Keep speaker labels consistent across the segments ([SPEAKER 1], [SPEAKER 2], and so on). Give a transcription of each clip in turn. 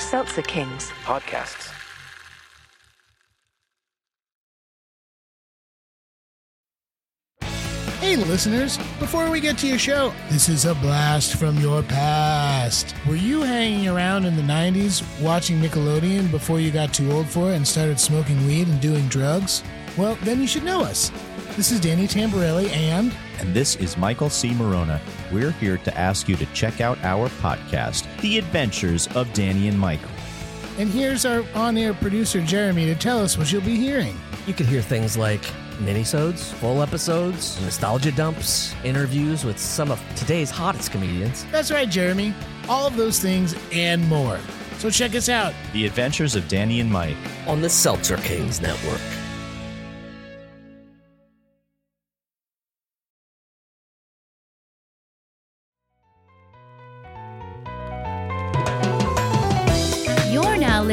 [SPEAKER 1] Seltzer Kings.
[SPEAKER 2] podcasts.
[SPEAKER 3] Hey, listeners, before we get to your show, this is a blast from your past. Were you hanging around in the 90s watching Nickelodeon before you got too old for it and started smoking weed and doing drugs? Well, then you should know us. This is Danny Tamborelli and.
[SPEAKER 4] and this is Michael C. Morona. We're here to ask you to check out our podcast, The Adventures of Danny and Michael.
[SPEAKER 3] And here's our on air producer, Jeremy, to tell us what you'll be hearing.
[SPEAKER 5] You could hear things like minisodes, full episodes, nostalgia dumps, interviews with some of today's hottest comedians.
[SPEAKER 3] That's right, Jeremy. All of those things and more. So check us out.
[SPEAKER 4] The Adventures of Danny and Mike.
[SPEAKER 5] on the Seltzer Kings Network.
[SPEAKER 6] You're now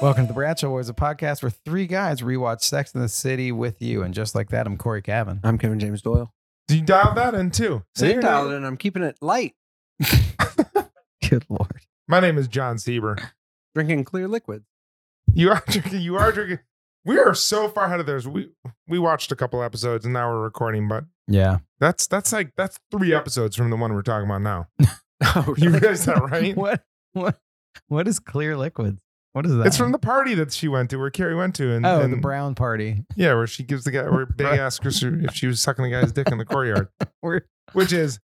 [SPEAKER 7] Welcome to the Bradshaw Boys, a podcast where three guys rewatch Sex in the City with you. And just like that, I'm Corey Cavan.
[SPEAKER 8] I'm Kevin James Doyle.
[SPEAKER 9] You dialed that in too. Say your name.
[SPEAKER 8] and I'm keeping it light. Good lord.
[SPEAKER 9] My name is John Sieber.
[SPEAKER 8] Drinking clear liquid.
[SPEAKER 9] You are drinking. You are drinking. We are so far ahead of those. We we watched a couple episodes and now we're recording, but
[SPEAKER 7] Yeah.
[SPEAKER 9] that's that's like that's three episodes from the one we're talking about now.
[SPEAKER 8] Oh,
[SPEAKER 9] You realize that, right?
[SPEAKER 7] What what what is clear liquid? What is that?
[SPEAKER 9] It's from the party that she went to, where Carrie went to, and
[SPEAKER 7] Oh,
[SPEAKER 9] and-
[SPEAKER 7] the brown party.
[SPEAKER 9] yeah, where she gives the guy where they
[SPEAKER 7] Right.
[SPEAKER 9] ask her if she was sucking the guy's dick in the courtyard,
[SPEAKER 7] We're
[SPEAKER 9] which is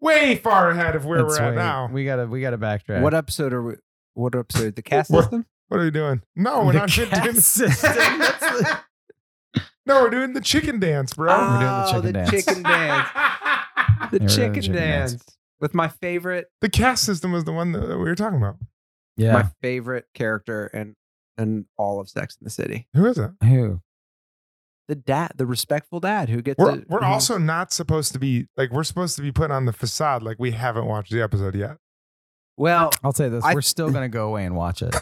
[SPEAKER 9] way far ahead of where
[SPEAKER 7] that's
[SPEAKER 9] we're at
[SPEAKER 7] way-
[SPEAKER 9] now.
[SPEAKER 7] We gotta we gotta backtrack.
[SPEAKER 8] What episode are we? What episode? The cast
[SPEAKER 9] What-
[SPEAKER 8] system?
[SPEAKER 9] what are we doing? No, Oh, we're
[SPEAKER 7] The
[SPEAKER 9] not
[SPEAKER 7] cat
[SPEAKER 9] doing
[SPEAKER 7] system. That's the-
[SPEAKER 9] No, we're doing the chicken dance, bro.
[SPEAKER 8] Oh,
[SPEAKER 7] doing the
[SPEAKER 8] the chicken dance.
[SPEAKER 7] Yeah,
[SPEAKER 8] The
[SPEAKER 7] we're doing the
[SPEAKER 8] chicken,
[SPEAKER 7] chicken
[SPEAKER 8] dance.
[SPEAKER 7] dance.
[SPEAKER 8] With my favorite,
[SPEAKER 9] The cast system was the one that that we were talking about.
[SPEAKER 7] yeah.
[SPEAKER 8] my favorite character and and all of Sex in the City.
[SPEAKER 9] Who is it?
[SPEAKER 7] Who?
[SPEAKER 8] The dad, the respectful dad who gets
[SPEAKER 9] We're,
[SPEAKER 8] to- Mhm.
[SPEAKER 9] we're
[SPEAKER 8] who-
[SPEAKER 9] also not supposed to be like we're supposed to be putting on the facade like we haven't watched the episode yet.
[SPEAKER 8] Well,
[SPEAKER 7] I'll say this.
[SPEAKER 8] I-
[SPEAKER 7] we're still gonna go away and watch it.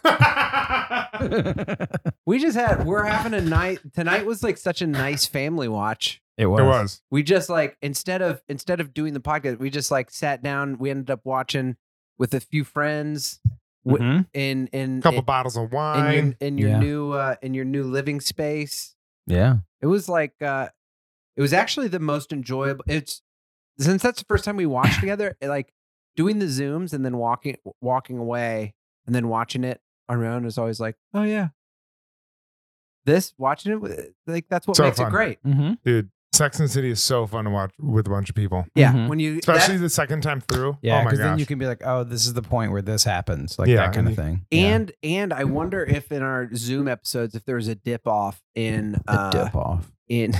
[SPEAKER 7] it
[SPEAKER 8] we just had we're having a night tonight was like such a nice family watch.
[SPEAKER 9] It was.
[SPEAKER 8] we just like instead of instead of doing the podcast we just like sat down we ended up watching with a few friends w-
[SPEAKER 7] Mhm.
[SPEAKER 8] in in
[SPEAKER 9] A couple
[SPEAKER 8] in,
[SPEAKER 9] bottles of
[SPEAKER 8] in your,
[SPEAKER 9] wine.
[SPEAKER 8] in your
[SPEAKER 7] Yeah.
[SPEAKER 8] new uh, in your new living space
[SPEAKER 7] Yeah.
[SPEAKER 8] it was like uh it was actually the most enjoyable it's since that's the first time we watched together it, like doing the zooms and then walking walking away and then watching it on our own is always like oh yeah this watching it with- like that's what
[SPEAKER 9] So
[SPEAKER 8] makes
[SPEAKER 9] fun.
[SPEAKER 8] it great
[SPEAKER 7] Mm-hmm.
[SPEAKER 9] Dude, Sex and the City is so fun to watch with a bunch of people.
[SPEAKER 8] yeah
[SPEAKER 7] Mhm.
[SPEAKER 8] when you
[SPEAKER 9] Especially
[SPEAKER 8] that-
[SPEAKER 9] the second time through.
[SPEAKER 7] Yeah,
[SPEAKER 9] oh my
[SPEAKER 7] because
[SPEAKER 9] gosh.
[SPEAKER 7] then you can be like, oh, this is the point where this happens, like
[SPEAKER 9] Yeah,
[SPEAKER 7] that kind of
[SPEAKER 9] and
[SPEAKER 7] thing.
[SPEAKER 8] And and I wonder if in our Zoom episodes, if there was a dip off in
[SPEAKER 7] yeah.
[SPEAKER 8] uh,
[SPEAKER 7] dip off,
[SPEAKER 8] in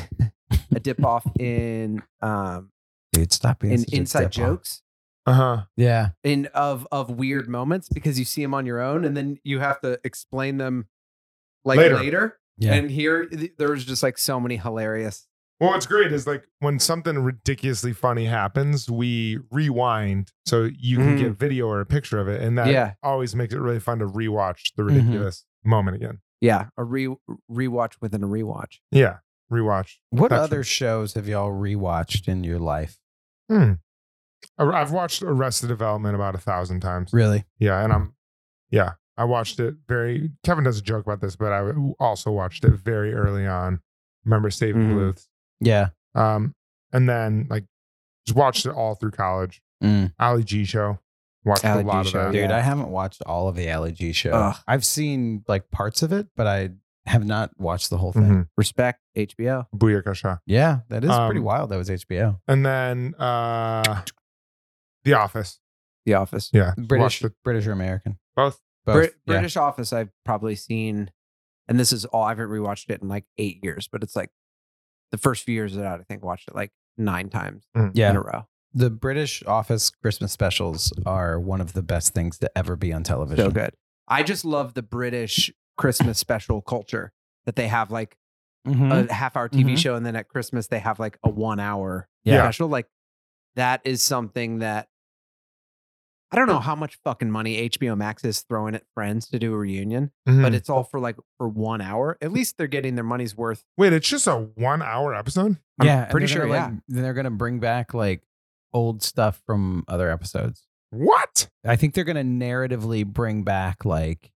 [SPEAKER 8] a dip off in um
[SPEAKER 7] dude. Stop being
[SPEAKER 8] in
[SPEAKER 7] such a
[SPEAKER 8] inside
[SPEAKER 7] dip off.
[SPEAKER 8] jokes
[SPEAKER 9] uh-huh.
[SPEAKER 7] Yeah,
[SPEAKER 8] in of of weird moments because you see them on your own and then you have to explain them like
[SPEAKER 9] Later.
[SPEAKER 8] later.
[SPEAKER 7] yeah.
[SPEAKER 8] And here th- there was just like so many hilarious.
[SPEAKER 9] Well, what's great is like when something ridiculously funny happens, we rewind so you can
[SPEAKER 8] Mhm.
[SPEAKER 9] get video or a picture of it. And that
[SPEAKER 8] Yeah.
[SPEAKER 9] always makes it really fun to rewatch
[SPEAKER 8] Mm-hmm.
[SPEAKER 9] the ridiculous moment again.
[SPEAKER 8] Yeah, a re rewatch within a rewatch.
[SPEAKER 9] Yeah. Rewatch.
[SPEAKER 7] what
[SPEAKER 9] That's
[SPEAKER 7] other
[SPEAKER 9] right.
[SPEAKER 7] shows have y'all rewatched in your life?
[SPEAKER 9] Hmm. I- I've watched Arrested Development about a thousand times.
[SPEAKER 7] Really?
[SPEAKER 9] Yeah, and I'm, yeah, I watched it very. Kevin does a joke about this, but I also watched it very early on. Remember Saving
[SPEAKER 8] Mhm.
[SPEAKER 7] Yeah.
[SPEAKER 9] Bluth, um, and then like just watched it all through college.
[SPEAKER 7] Mm.
[SPEAKER 9] Ali G show, watched
[SPEAKER 8] Ali
[SPEAKER 9] a
[SPEAKER 8] G
[SPEAKER 9] lot
[SPEAKER 8] Show,
[SPEAKER 9] of that.
[SPEAKER 7] Dude, I haven't watched all of the Ali G show.
[SPEAKER 8] Ugh.
[SPEAKER 7] I've seen like parts of it, but I have not watched the whole thing.
[SPEAKER 9] Mhm.
[SPEAKER 8] Respect HBO.
[SPEAKER 9] Booyakasha,
[SPEAKER 7] Yeah, that is pretty
[SPEAKER 9] Um,
[SPEAKER 7] wild. That was HBO.
[SPEAKER 9] and then uh, The Office.
[SPEAKER 8] The Office.
[SPEAKER 9] Yeah,
[SPEAKER 7] British,
[SPEAKER 9] watched it
[SPEAKER 7] British or American?
[SPEAKER 9] both.
[SPEAKER 7] Both.
[SPEAKER 8] Brit-
[SPEAKER 7] yeah.
[SPEAKER 8] British Office, I've probably seen, and this is all I haven't rewatched it in like eight years, but it's like the first few years that I think watched it like nine times
[SPEAKER 7] Yeah.
[SPEAKER 8] in a row.
[SPEAKER 7] The British Office Christmas specials are one of the best things to ever be on television.
[SPEAKER 8] So good. I just love the British Christmas special culture that they have like
[SPEAKER 9] Mm-hmm.
[SPEAKER 8] a half hour TV
[SPEAKER 7] Mhm.
[SPEAKER 8] show, and then at Christmas they have like a one hour
[SPEAKER 9] Yeah.
[SPEAKER 8] special. Like that is something that I don't know how much fucking money HBO Max is throwing at Friends to do a reunion,
[SPEAKER 9] Mm-hmm.
[SPEAKER 7] Hmm.
[SPEAKER 8] but it's all for like for one hour. At least they're getting their money's worth.
[SPEAKER 9] Wait, it's just a one hour episode?
[SPEAKER 8] I'm
[SPEAKER 7] yeah, and
[SPEAKER 8] pretty
[SPEAKER 7] they're
[SPEAKER 8] sure.
[SPEAKER 7] gonna,
[SPEAKER 8] Yeah,
[SPEAKER 7] Like, then they're gonna bring back like old stuff from other episodes.
[SPEAKER 9] What?
[SPEAKER 7] I think they're gonna narratively bring back like,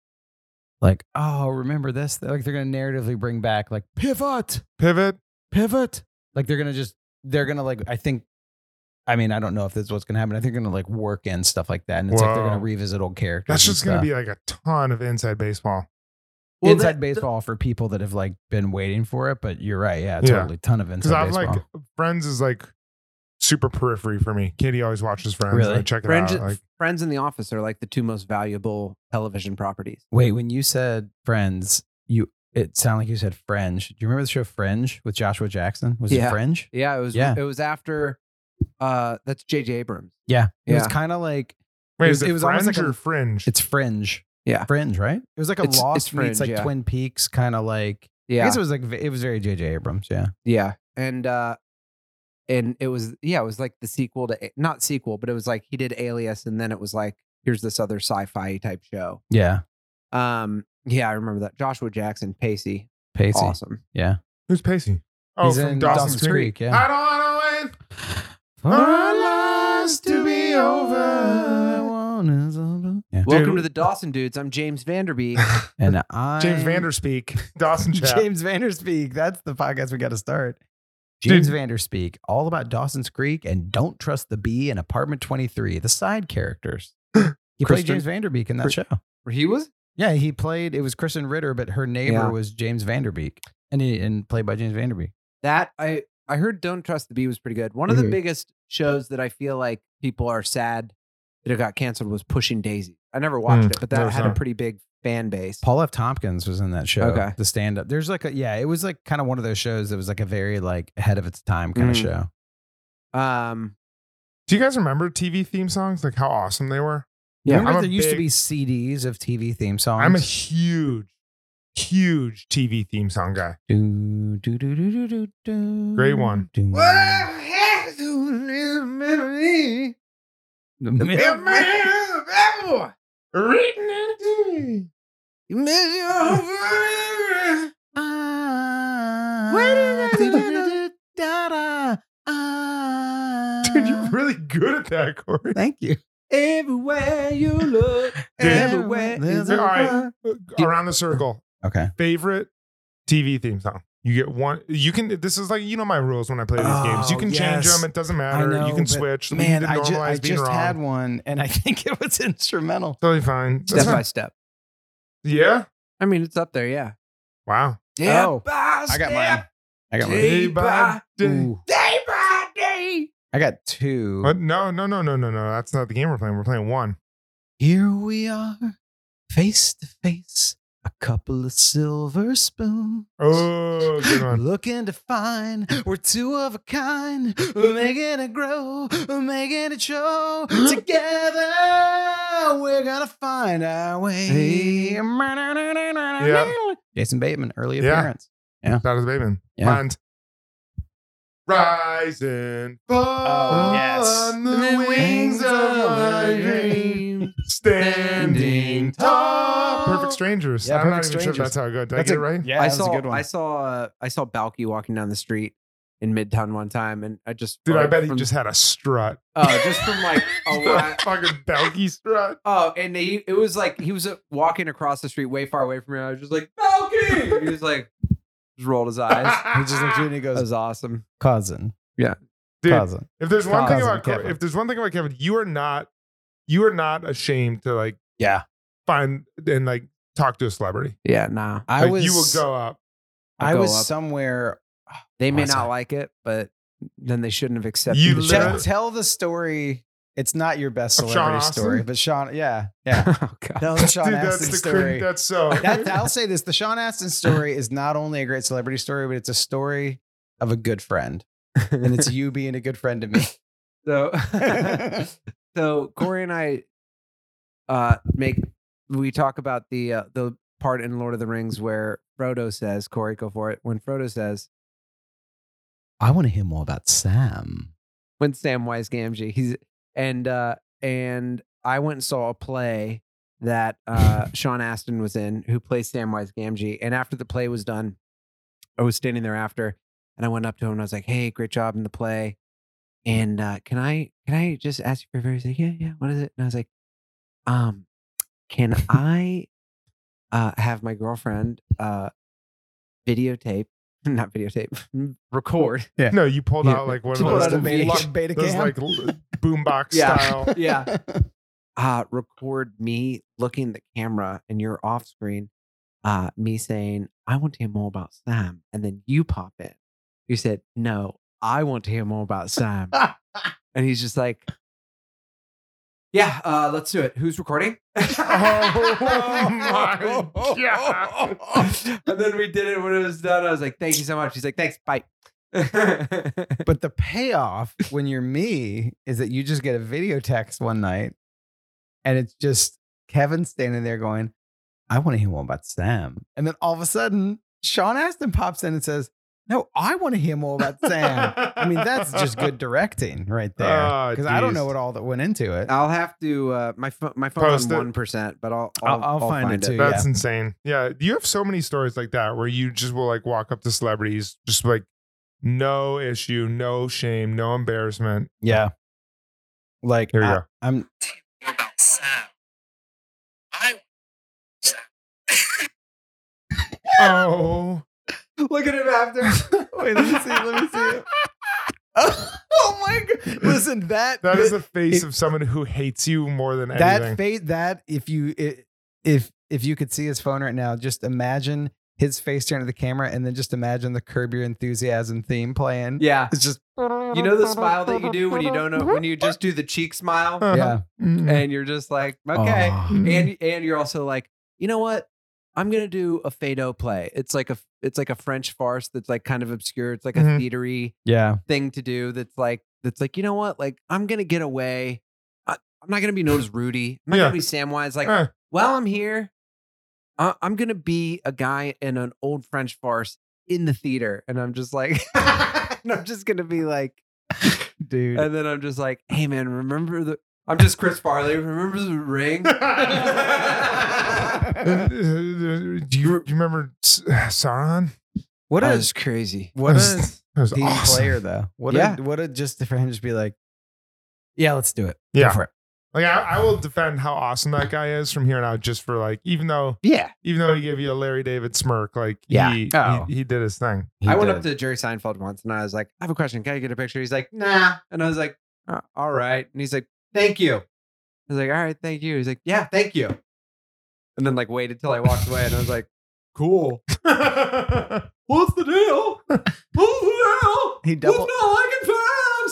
[SPEAKER 7] like oh, remember this? Like they're gonna narratively bring back like pivot,
[SPEAKER 9] Pivot?
[SPEAKER 7] pivot. Like they're gonna just they're gonna like I think. I mean, I don't know if this is what's gonna happen. I think they're gonna like work in stuff like that, and it's like they're
[SPEAKER 9] Whoa.
[SPEAKER 7] gonna revisit old characters.
[SPEAKER 9] That's
[SPEAKER 7] and
[SPEAKER 9] just going to
[SPEAKER 7] stuff.
[SPEAKER 9] be like a ton of inside baseball.
[SPEAKER 8] Well,
[SPEAKER 7] inside
[SPEAKER 8] that-
[SPEAKER 7] baseball for people that have like been waiting for it. But you're right, yeah,
[SPEAKER 9] Yeah.
[SPEAKER 7] totally ton of
[SPEAKER 9] Because
[SPEAKER 7] inside
[SPEAKER 9] I'm
[SPEAKER 7] baseball.
[SPEAKER 9] like, Friends is like super periphery for me. Katie always watches Friends.
[SPEAKER 7] Really?
[SPEAKER 9] and I check it
[SPEAKER 8] Friends,
[SPEAKER 7] uh,
[SPEAKER 9] out. Like,
[SPEAKER 8] Friends and The Office are like the two most valuable television properties.
[SPEAKER 7] Wait, when you said Friends, you it sounded like you said Fringe. Do you remember the show Fringe with Joshua Jackson? Was
[SPEAKER 8] Yeah.
[SPEAKER 7] it Fringe?
[SPEAKER 8] Yeah, it was.
[SPEAKER 7] Yeah.
[SPEAKER 8] it was after. Uh, that's J.J. Abrams.
[SPEAKER 7] Yeah, it was
[SPEAKER 8] Yeah.
[SPEAKER 7] kind of like
[SPEAKER 9] wait,
[SPEAKER 7] It
[SPEAKER 9] is
[SPEAKER 7] was-
[SPEAKER 9] it,
[SPEAKER 7] it was almost
[SPEAKER 9] Friends
[SPEAKER 7] like a-
[SPEAKER 9] or Fringe?
[SPEAKER 7] it's Fringe.
[SPEAKER 8] Yeah.
[SPEAKER 7] Fringe, right? It was like a
[SPEAKER 8] It's-
[SPEAKER 7] Lost
[SPEAKER 8] it's
[SPEAKER 7] meets
[SPEAKER 8] Fringe,
[SPEAKER 7] like
[SPEAKER 8] yeah.
[SPEAKER 7] Twin Peaks, kind of like. I
[SPEAKER 8] Yeah,
[SPEAKER 7] guess it was like it was very J.J. Abrams. Yeah,
[SPEAKER 8] yeah, and uh, and it was yeah, it was like the sequel to A- not sequel, but it was like he did Alias, and then it was like here's this other sci-fi type show.
[SPEAKER 7] yeah,
[SPEAKER 8] Um, yeah, I remember that Joshua Jackson, Pacey,
[SPEAKER 7] Pacey.
[SPEAKER 8] awesome.
[SPEAKER 7] Yeah,
[SPEAKER 9] Who's Pacey? Oh,
[SPEAKER 7] He's
[SPEAKER 9] from
[SPEAKER 7] in
[SPEAKER 9] Dawson's,
[SPEAKER 7] Dawson's
[SPEAKER 9] Creek.
[SPEAKER 7] Creek, yeah.
[SPEAKER 9] I don't want to wait for our lives to be over.
[SPEAKER 7] Yeah.
[SPEAKER 8] Welcome
[SPEAKER 9] Dude.
[SPEAKER 8] to the Dawson Dudes. I'm James Vanderbeek.
[SPEAKER 7] And I
[SPEAKER 9] James Vanderspeak, Dawson Chat.
[SPEAKER 7] James Vanderspeak. That's the podcast we got to start. James
[SPEAKER 9] Dude.
[SPEAKER 7] Vanderspeak, all about Dawson's Creek and Don't Trust the Bee and Apartment 23, the side characters. He played
[SPEAKER 8] Kristen-
[SPEAKER 7] James Vanderbeek in that
[SPEAKER 8] Kr-
[SPEAKER 7] show.
[SPEAKER 8] he was
[SPEAKER 7] Yeah, he played, it was Kristen Ritter, but her neighbor
[SPEAKER 8] Yeah.
[SPEAKER 7] was James Vanderbeek and, he, and played by James Vanderbeek.
[SPEAKER 8] that I I heard Don't Trust the Bee was pretty good. One of the
[SPEAKER 7] Mhm.
[SPEAKER 8] biggest shows that I feel like people are sad that it got canceled was Pushing Daisy. I never watched
[SPEAKER 9] Hmm,
[SPEAKER 8] it, but that
[SPEAKER 9] never
[SPEAKER 8] had
[SPEAKER 9] saw
[SPEAKER 8] a
[SPEAKER 9] it.
[SPEAKER 8] pretty big fan base.
[SPEAKER 7] Paul F. Tompkins was in that show.
[SPEAKER 8] Okay.
[SPEAKER 7] The stand up. There's like a, yeah, it was like kind of one of those shows that was like a very like ahead of its time kind of
[SPEAKER 8] Mm.
[SPEAKER 7] show.
[SPEAKER 8] Um,
[SPEAKER 9] Do you guys remember TV theme songs? Like how awesome they were?
[SPEAKER 8] Yeah,
[SPEAKER 7] Remember
[SPEAKER 9] I'm a
[SPEAKER 7] there used to
[SPEAKER 9] big-
[SPEAKER 7] be CDs of TV theme songs?
[SPEAKER 9] I'm a huge, huge TV theme song guy.
[SPEAKER 7] Do, do, do, do, do, do, do,
[SPEAKER 9] Great one.
[SPEAKER 7] do. The milk-
[SPEAKER 9] Dude, you're really good at that, Corey.
[SPEAKER 7] Thank you.
[SPEAKER 8] Everywhere you look, everywhere is
[SPEAKER 9] All
[SPEAKER 8] a
[SPEAKER 9] right.
[SPEAKER 8] world.
[SPEAKER 9] Around the circle.
[SPEAKER 7] Okay.
[SPEAKER 9] Favorite TV theme song. You get one. You can. This is like you know my rules when I play these games. You
[SPEAKER 7] Oh,
[SPEAKER 9] can change
[SPEAKER 7] yes.
[SPEAKER 9] them. It doesn't matter.
[SPEAKER 7] I know,
[SPEAKER 9] you can
[SPEAKER 7] but
[SPEAKER 9] switch. We
[SPEAKER 7] Man,
[SPEAKER 9] need to
[SPEAKER 7] I, ju-
[SPEAKER 9] normalize
[SPEAKER 7] I
[SPEAKER 9] being
[SPEAKER 7] just
[SPEAKER 9] wrong.
[SPEAKER 7] had one and I think it was instrumental.
[SPEAKER 9] Totally fine. That's
[SPEAKER 8] Step by
[SPEAKER 9] fine.
[SPEAKER 8] step.
[SPEAKER 9] Yeah.
[SPEAKER 8] I mean, it's up there, yeah.
[SPEAKER 9] Wow.
[SPEAKER 8] Yeah,
[SPEAKER 7] Oh,
[SPEAKER 8] by
[SPEAKER 7] I got
[SPEAKER 8] step,
[SPEAKER 7] mine. I got mine.
[SPEAKER 8] Day by
[SPEAKER 9] Ooh.
[SPEAKER 8] day by day.
[SPEAKER 7] I got two.
[SPEAKER 9] But no, no, no, no, no, no. That's not the game we're playing. We're playing one.
[SPEAKER 7] Here we are, face to face, a couple of silver spoons.
[SPEAKER 9] Oh, good one.
[SPEAKER 7] Looking to find we're two of a kind, we're making it grow, we're making it show. Together, we're gonna find our way. Jason Bateman, early
[SPEAKER 9] Yeah.
[SPEAKER 7] appearance.
[SPEAKER 9] That is Bateman.
[SPEAKER 7] Yeah.
[SPEAKER 9] And rise and fall
[SPEAKER 7] yes.
[SPEAKER 9] on Oh, the wings of my dream, standing tall. Perfect strangers.
[SPEAKER 7] Yeah,
[SPEAKER 9] I'm not
[SPEAKER 7] Perfect
[SPEAKER 9] even sure if
[SPEAKER 7] Strangers.
[SPEAKER 9] that's how it goes. Did I get it right?
[SPEAKER 7] Yeah,
[SPEAKER 8] I saw, I saw, uh, I saw Balky walking down the street in Midtown one time, and I just,
[SPEAKER 9] Dude, I
[SPEAKER 8] like,
[SPEAKER 9] bet he
[SPEAKER 8] from-
[SPEAKER 9] just had a strut.
[SPEAKER 8] uh, just from like a
[SPEAKER 9] a
[SPEAKER 8] while.
[SPEAKER 9] fucking Belky strut.
[SPEAKER 8] Oh, and he, it was like he was uh, walking across the street, way far away from me. and I was just like Balky. He was like, just rolled his eyes.
[SPEAKER 7] he just looks at you and he
[SPEAKER 8] That
[SPEAKER 7] goes,
[SPEAKER 8] was awesome.
[SPEAKER 7] cousin,
[SPEAKER 9] Dude,
[SPEAKER 7] cousin.
[SPEAKER 9] if there's one thing
[SPEAKER 7] Cousin
[SPEAKER 9] about Cor-
[SPEAKER 7] Kevin.
[SPEAKER 9] if there's one thing about Kevin, you are not you are not ashamed to like
[SPEAKER 7] Yeah.
[SPEAKER 9] find and like talk to a celebrity.
[SPEAKER 8] Yeah, nah.
[SPEAKER 7] I
[SPEAKER 9] Like,
[SPEAKER 7] was,
[SPEAKER 9] you will go up.
[SPEAKER 7] I
[SPEAKER 8] Go
[SPEAKER 7] was
[SPEAKER 8] up.
[SPEAKER 7] somewhere.
[SPEAKER 8] They may
[SPEAKER 7] Was
[SPEAKER 8] not
[SPEAKER 7] I?
[SPEAKER 8] like it, but then they shouldn't have accepted.
[SPEAKER 9] You
[SPEAKER 8] the
[SPEAKER 7] Tell,
[SPEAKER 9] literally-
[SPEAKER 8] show.
[SPEAKER 7] tell the story. It's not your best
[SPEAKER 9] Of Sean
[SPEAKER 7] celebrity
[SPEAKER 9] Austin?
[SPEAKER 7] story, but Sean, yeah, yeah.
[SPEAKER 8] oh god.
[SPEAKER 7] Tell the Sean
[SPEAKER 9] Dude,
[SPEAKER 7] Astin
[SPEAKER 9] that's the
[SPEAKER 7] story.
[SPEAKER 9] cringe. That's so.
[SPEAKER 7] That- I'll say this: the Sean Astin story is not only a great celebrity story, but it's a story of a good friend, and it's you being a good friend to me.
[SPEAKER 8] So, so Corey and I uh, make we talk about the uh, the part in Lord of the Rings where Frodo says, Corey, go for it. When Frodo says,
[SPEAKER 7] I want to hear more about Sam.
[SPEAKER 8] when Samwise Gamgee, he's and uh and I went and saw a play that uh Sean Astin was in, who plays Samwise Gamgee. And after the play was done, I was standing there after, and I went up to him and I was like, "Hey, great job in the play." And uh, can I can I just ask you for a favor? He's like, "Yeah, yeah. What is it?" And I was like, "Um, can I uh, have my girlfriend uh, videotape, not videotape, record
[SPEAKER 9] No, you pulled
[SPEAKER 7] Yeah.
[SPEAKER 9] out like one
[SPEAKER 7] She
[SPEAKER 9] of
[SPEAKER 7] pulled
[SPEAKER 9] those,
[SPEAKER 7] out a beta-
[SPEAKER 9] lo-
[SPEAKER 7] beta
[SPEAKER 9] those
[SPEAKER 7] cam.
[SPEAKER 9] like l- boombox
[SPEAKER 8] Yeah.
[SPEAKER 9] style.
[SPEAKER 8] Yeah. uh, record me looking at the camera and you're off screen, uh, me saying, I want to hear more about Sam. And then you pop in. You said, No, I want to hear more about Sam. and he's just like, Yeah, uh, let's do it. Who's recording?
[SPEAKER 9] Oh my God.
[SPEAKER 8] and then we did it when it was done. I was like, Thank you so much. He's like, Thanks, bye.
[SPEAKER 7] But the payoff when you're me is that you just get a video text one night and it's just Kevin standing there going, I want to hear more about Sam. And then all of a sudden, Sean Astin pops in and says, No, I want to hear more about Sam. I mean, that's just good directing right there.
[SPEAKER 9] Oh,
[SPEAKER 7] Because I don't
[SPEAKER 9] geez.
[SPEAKER 7] know what all that went into it.
[SPEAKER 8] I'll have to uh, my phone my phone's
[SPEAKER 9] Post it.
[SPEAKER 8] one percent, but I'll
[SPEAKER 7] I'll- I'll find it too.
[SPEAKER 9] That's insane. Yeah. You have so many stories like that where you just will like walk up to celebrities, just like no issue, no shame, no embarrassment.
[SPEAKER 7] Yeah. Like,
[SPEAKER 9] Here we
[SPEAKER 7] I,
[SPEAKER 9] go.
[SPEAKER 7] I'm,
[SPEAKER 9] Oh,
[SPEAKER 8] Look at him after.
[SPEAKER 7] wait, let me see. Let me see. Oh, my God. Listen, that,
[SPEAKER 9] that is the face
[SPEAKER 7] It-
[SPEAKER 9] of someone who hates you more than
[SPEAKER 7] that
[SPEAKER 9] anything.
[SPEAKER 7] face that if you i- if if you could see his phone right now just imagine his face turn to the camera and then just imagine the curb your enthusiasm theme playing
[SPEAKER 8] yeah,
[SPEAKER 7] it's just
[SPEAKER 8] you know the smile that you do when you don't know when you just do the cheek smile,
[SPEAKER 9] Uh-huh.
[SPEAKER 7] yeah
[SPEAKER 9] Mm.
[SPEAKER 8] and you're just like, okay,
[SPEAKER 7] Oh.
[SPEAKER 9] Mm.
[SPEAKER 8] and and you're also like, you know what? I'm gonna do a fado play. It's like a it's like a French farce that's like kind of obscure. It's like a
[SPEAKER 9] Mhm.
[SPEAKER 8] theatery
[SPEAKER 7] yeah
[SPEAKER 8] thing to do. That's like that's like you know what? Like I'm gonna get away. I, I'm not gonna be known as Rudy. I'm not
[SPEAKER 9] Yeah.
[SPEAKER 8] gonna be Samwise. Like
[SPEAKER 9] Eh,
[SPEAKER 8] while I'm here, I- I'm gonna be a guy in an old French farce in the theater, and I'm just like, and I'm just gonna be like,
[SPEAKER 7] dude
[SPEAKER 8] and then I'm just like, hey man, remember the? I'm just Chris Farley. Remember the ring?
[SPEAKER 9] uh, do, you, do you remember S- Sauron?
[SPEAKER 7] what
[SPEAKER 8] That
[SPEAKER 7] a
[SPEAKER 8] was crazy.
[SPEAKER 7] what a
[SPEAKER 9] That's- That was
[SPEAKER 7] theme
[SPEAKER 9] awesome.
[SPEAKER 7] player though what
[SPEAKER 8] Yeah.
[SPEAKER 7] a what a just for him to just be like yeah let's do it Go
[SPEAKER 9] Yeah.
[SPEAKER 7] for it.
[SPEAKER 9] Like I, I will defend how awesome that guy is from here on out, just for like even though
[SPEAKER 8] Yeah,
[SPEAKER 9] even though he gave you a Larry David smirk, like
[SPEAKER 7] Yeah.
[SPEAKER 9] he,
[SPEAKER 7] Oh.
[SPEAKER 9] he he did his thing.
[SPEAKER 8] I went up to Jerry Seinfeld once, and I was like, I have a question. Can I get a picture? He's like, Nah. And I was like, "Uh, All right. And he's like, Thank you. I was like, All right, thank you. He's like, Yeah, thank you. And then like waited till I walked away, and I was like.
[SPEAKER 9] Cool.
[SPEAKER 8] What's the deal? What's the deal?
[SPEAKER 7] He double-
[SPEAKER 8] Who's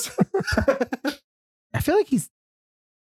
[SPEAKER 8] not liking fabs?
[SPEAKER 7] i feel like he's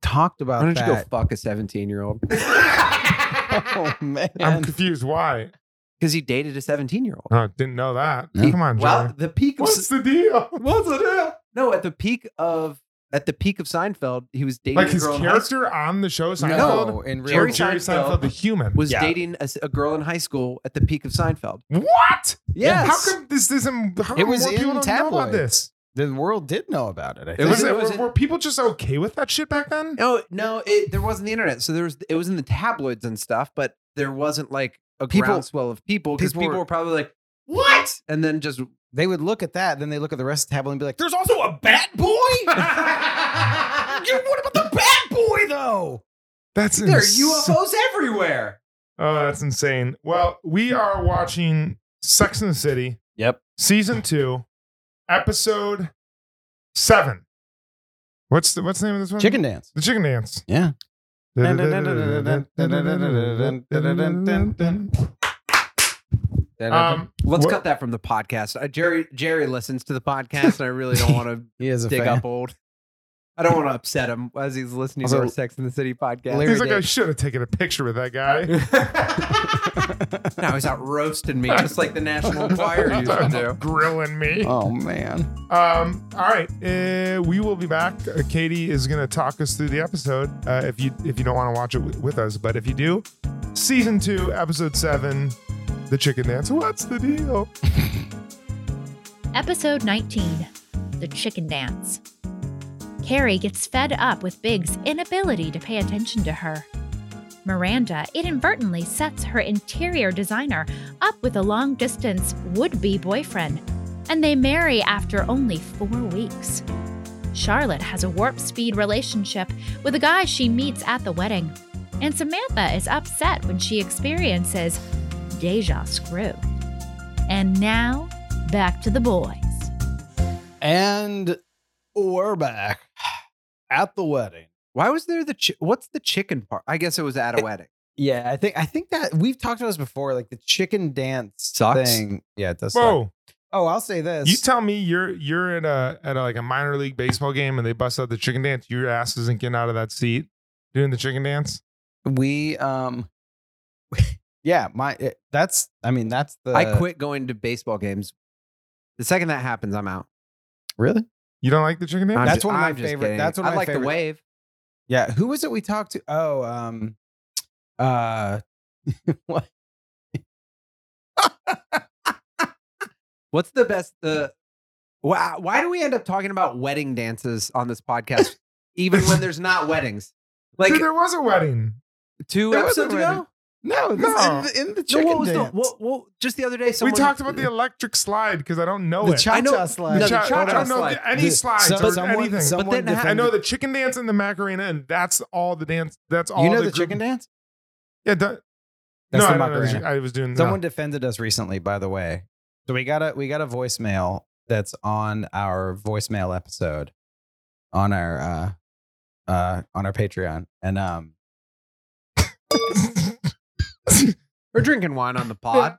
[SPEAKER 7] talked
[SPEAKER 8] Why
[SPEAKER 7] about
[SPEAKER 8] don't you go
[SPEAKER 7] that
[SPEAKER 8] fuck a 17 year old?
[SPEAKER 7] oh man
[SPEAKER 9] I'm confused. Why?
[SPEAKER 8] Because he dated a 17 year old.
[SPEAKER 9] Oh, didn't know that.
[SPEAKER 7] No.
[SPEAKER 9] Come on, John.
[SPEAKER 8] Well, the peak of
[SPEAKER 9] What's the deal?
[SPEAKER 8] what's the deal? No, at the peak of at the peak of Seinfeld, he was dating
[SPEAKER 9] Like
[SPEAKER 8] a
[SPEAKER 9] his
[SPEAKER 8] girl in high school.
[SPEAKER 9] character on the show Seinfeld
[SPEAKER 7] no in real
[SPEAKER 9] or
[SPEAKER 8] Jerry
[SPEAKER 7] life.
[SPEAKER 9] Jerry Seinfeld,
[SPEAKER 8] Seinfeld
[SPEAKER 9] the human.
[SPEAKER 8] Was
[SPEAKER 7] Yeah.
[SPEAKER 8] dating a, s- a girl in high school at the peak of Seinfeld.
[SPEAKER 9] what?
[SPEAKER 7] Yes.
[SPEAKER 9] How come this isn't? How
[SPEAKER 7] it
[SPEAKER 9] come
[SPEAKER 7] was
[SPEAKER 9] more people
[SPEAKER 7] in
[SPEAKER 9] don't know about
[SPEAKER 7] tabloids
[SPEAKER 9] this?
[SPEAKER 7] the world did know about it i
[SPEAKER 8] It
[SPEAKER 7] think
[SPEAKER 8] was-
[SPEAKER 9] Was it-
[SPEAKER 8] was
[SPEAKER 9] were,
[SPEAKER 8] in-
[SPEAKER 9] were people just okay with that shit back then?
[SPEAKER 8] No, no, it, there wasn't the internet, so there was it was in the tabloids and stuff, but there wasn't like a
[SPEAKER 7] People-
[SPEAKER 8] groundswell of people because
[SPEAKER 7] people
[SPEAKER 8] people,
[SPEAKER 7] were-
[SPEAKER 8] were probably like, "What?" and then just
[SPEAKER 7] they would look at that then they look at the rest of the tablet and be like
[SPEAKER 1] There's also a Bat Boy?
[SPEAKER 7] Dude, what about the bad boy though?
[SPEAKER 9] That's
[SPEAKER 8] There are
[SPEAKER 9] insane.
[SPEAKER 8] UFOs everywhere.
[SPEAKER 9] Oh, that's insane. Well, we are watching Sex and the City.
[SPEAKER 8] Yep.
[SPEAKER 9] Season two, episode seven. What's the what's the name of this one?
[SPEAKER 7] Chicken dance.
[SPEAKER 9] The chicken dance.
[SPEAKER 7] Yeah.
[SPEAKER 9] Um,
[SPEAKER 8] Let's
[SPEAKER 9] What-
[SPEAKER 8] cut that from the podcast. Uh, Jerry Jerry listens to the podcast, and I really don't want to
[SPEAKER 7] he is a
[SPEAKER 8] dig
[SPEAKER 7] fan.
[SPEAKER 8] up old. I don't want to upset him as he's listening
[SPEAKER 7] Also,
[SPEAKER 8] to our Sex in the City podcast.
[SPEAKER 7] Larry-
[SPEAKER 9] he's like,
[SPEAKER 7] David.
[SPEAKER 9] I should have taken a picture with that guy.
[SPEAKER 8] now he's out roasting me, just like the National Enquirer used to do.
[SPEAKER 9] Grilling me.
[SPEAKER 7] Oh man.
[SPEAKER 9] Um, all right, uh, we will be back. Uh, Katie is going to talk us through the episode. Uh, if you if you don't want to watch it w- with us, but if you do, season two, episode seven, the chicken dance. What's the deal?
[SPEAKER 6] Episode 19 The Chicken Dance. Carrie gets fed up with Big's inability to pay attention to her. Miranda inadvertently sets her interior designer up with a long distance would be boyfriend, and they marry after only four weeks. Charlotte has a warp speed relationship with a guy she meets at the wedding, and Samantha is upset when she experiences deja screw. And now, back to the boys.
[SPEAKER 1] And we're back at the wedding.
[SPEAKER 8] Why was there the chi- what's the chicken part? I guess it was at a wedding.
[SPEAKER 7] Yeah, I think I think that we've talked about this before. Like the chicken dance
[SPEAKER 8] Sucks.
[SPEAKER 7] thing. Yeah, it does. Suck.
[SPEAKER 9] Whoa.
[SPEAKER 7] Oh, I'll say this.
[SPEAKER 9] You tell me you're you're at a at a, like a minor league baseball game and they bust out the chicken dance. Your ass isn't getting out of that seat doing the chicken dance.
[SPEAKER 7] we um, yeah, my it, that's. I mean, that's the.
[SPEAKER 8] I quit going to baseball games. The second that happens, I'm out.
[SPEAKER 7] Really?
[SPEAKER 9] You don't like the chicken
[SPEAKER 8] I'm
[SPEAKER 9] dance?
[SPEAKER 7] That's
[SPEAKER 8] just-
[SPEAKER 7] one of my
[SPEAKER 8] I'm just
[SPEAKER 7] favorite-
[SPEAKER 8] kidding.
[SPEAKER 7] that's one
[SPEAKER 8] I
[SPEAKER 7] of my
[SPEAKER 8] like the
[SPEAKER 7] favorite-
[SPEAKER 8] wave.
[SPEAKER 7] Yeah. Who was it we talked to? Oh, um, uh, what?
[SPEAKER 8] What's the best? The why, why do we end up talking about wedding dances on this podcast, even when there's not weddings? Like
[SPEAKER 9] Dude, there was a wedding.
[SPEAKER 8] two
[SPEAKER 7] there was a
[SPEAKER 8] episodes
[SPEAKER 7] wedding.
[SPEAKER 8] ago.
[SPEAKER 7] No, this
[SPEAKER 9] No.
[SPEAKER 7] In, the, in the
[SPEAKER 8] No,
[SPEAKER 7] chicken
[SPEAKER 8] what was the
[SPEAKER 7] dance.
[SPEAKER 8] what, what, just the other day? Someone,
[SPEAKER 9] we talked about the electric slide because I don't know
[SPEAKER 7] the
[SPEAKER 9] it.
[SPEAKER 7] cha
[SPEAKER 8] know-
[SPEAKER 7] cha
[SPEAKER 8] the
[SPEAKER 7] slide.
[SPEAKER 8] cha-
[SPEAKER 9] The cha-
[SPEAKER 8] cha-cha
[SPEAKER 9] I don't know
[SPEAKER 8] slide.
[SPEAKER 9] any
[SPEAKER 7] The- eh,
[SPEAKER 9] slides
[SPEAKER 7] some-
[SPEAKER 9] or
[SPEAKER 7] someone-
[SPEAKER 9] anything.
[SPEAKER 7] someone
[SPEAKER 8] then
[SPEAKER 7] defended-
[SPEAKER 9] I know the chicken dance and the Macarena, and that's all the dance. That's all.
[SPEAKER 7] You know the,
[SPEAKER 9] group-
[SPEAKER 7] chicken dance?
[SPEAKER 9] Yeah. The, no,
[SPEAKER 7] That's the
[SPEAKER 9] I, don't know the
[SPEAKER 7] Macarena.
[SPEAKER 9] chi- I was doing.
[SPEAKER 7] Someone
[SPEAKER 9] Someone.
[SPEAKER 7] defended us recently, by the way. So we got a we got a voicemail that's on our voicemail episode on our uh uh on our Patreon. And um
[SPEAKER 8] We're drinking wine on the pod.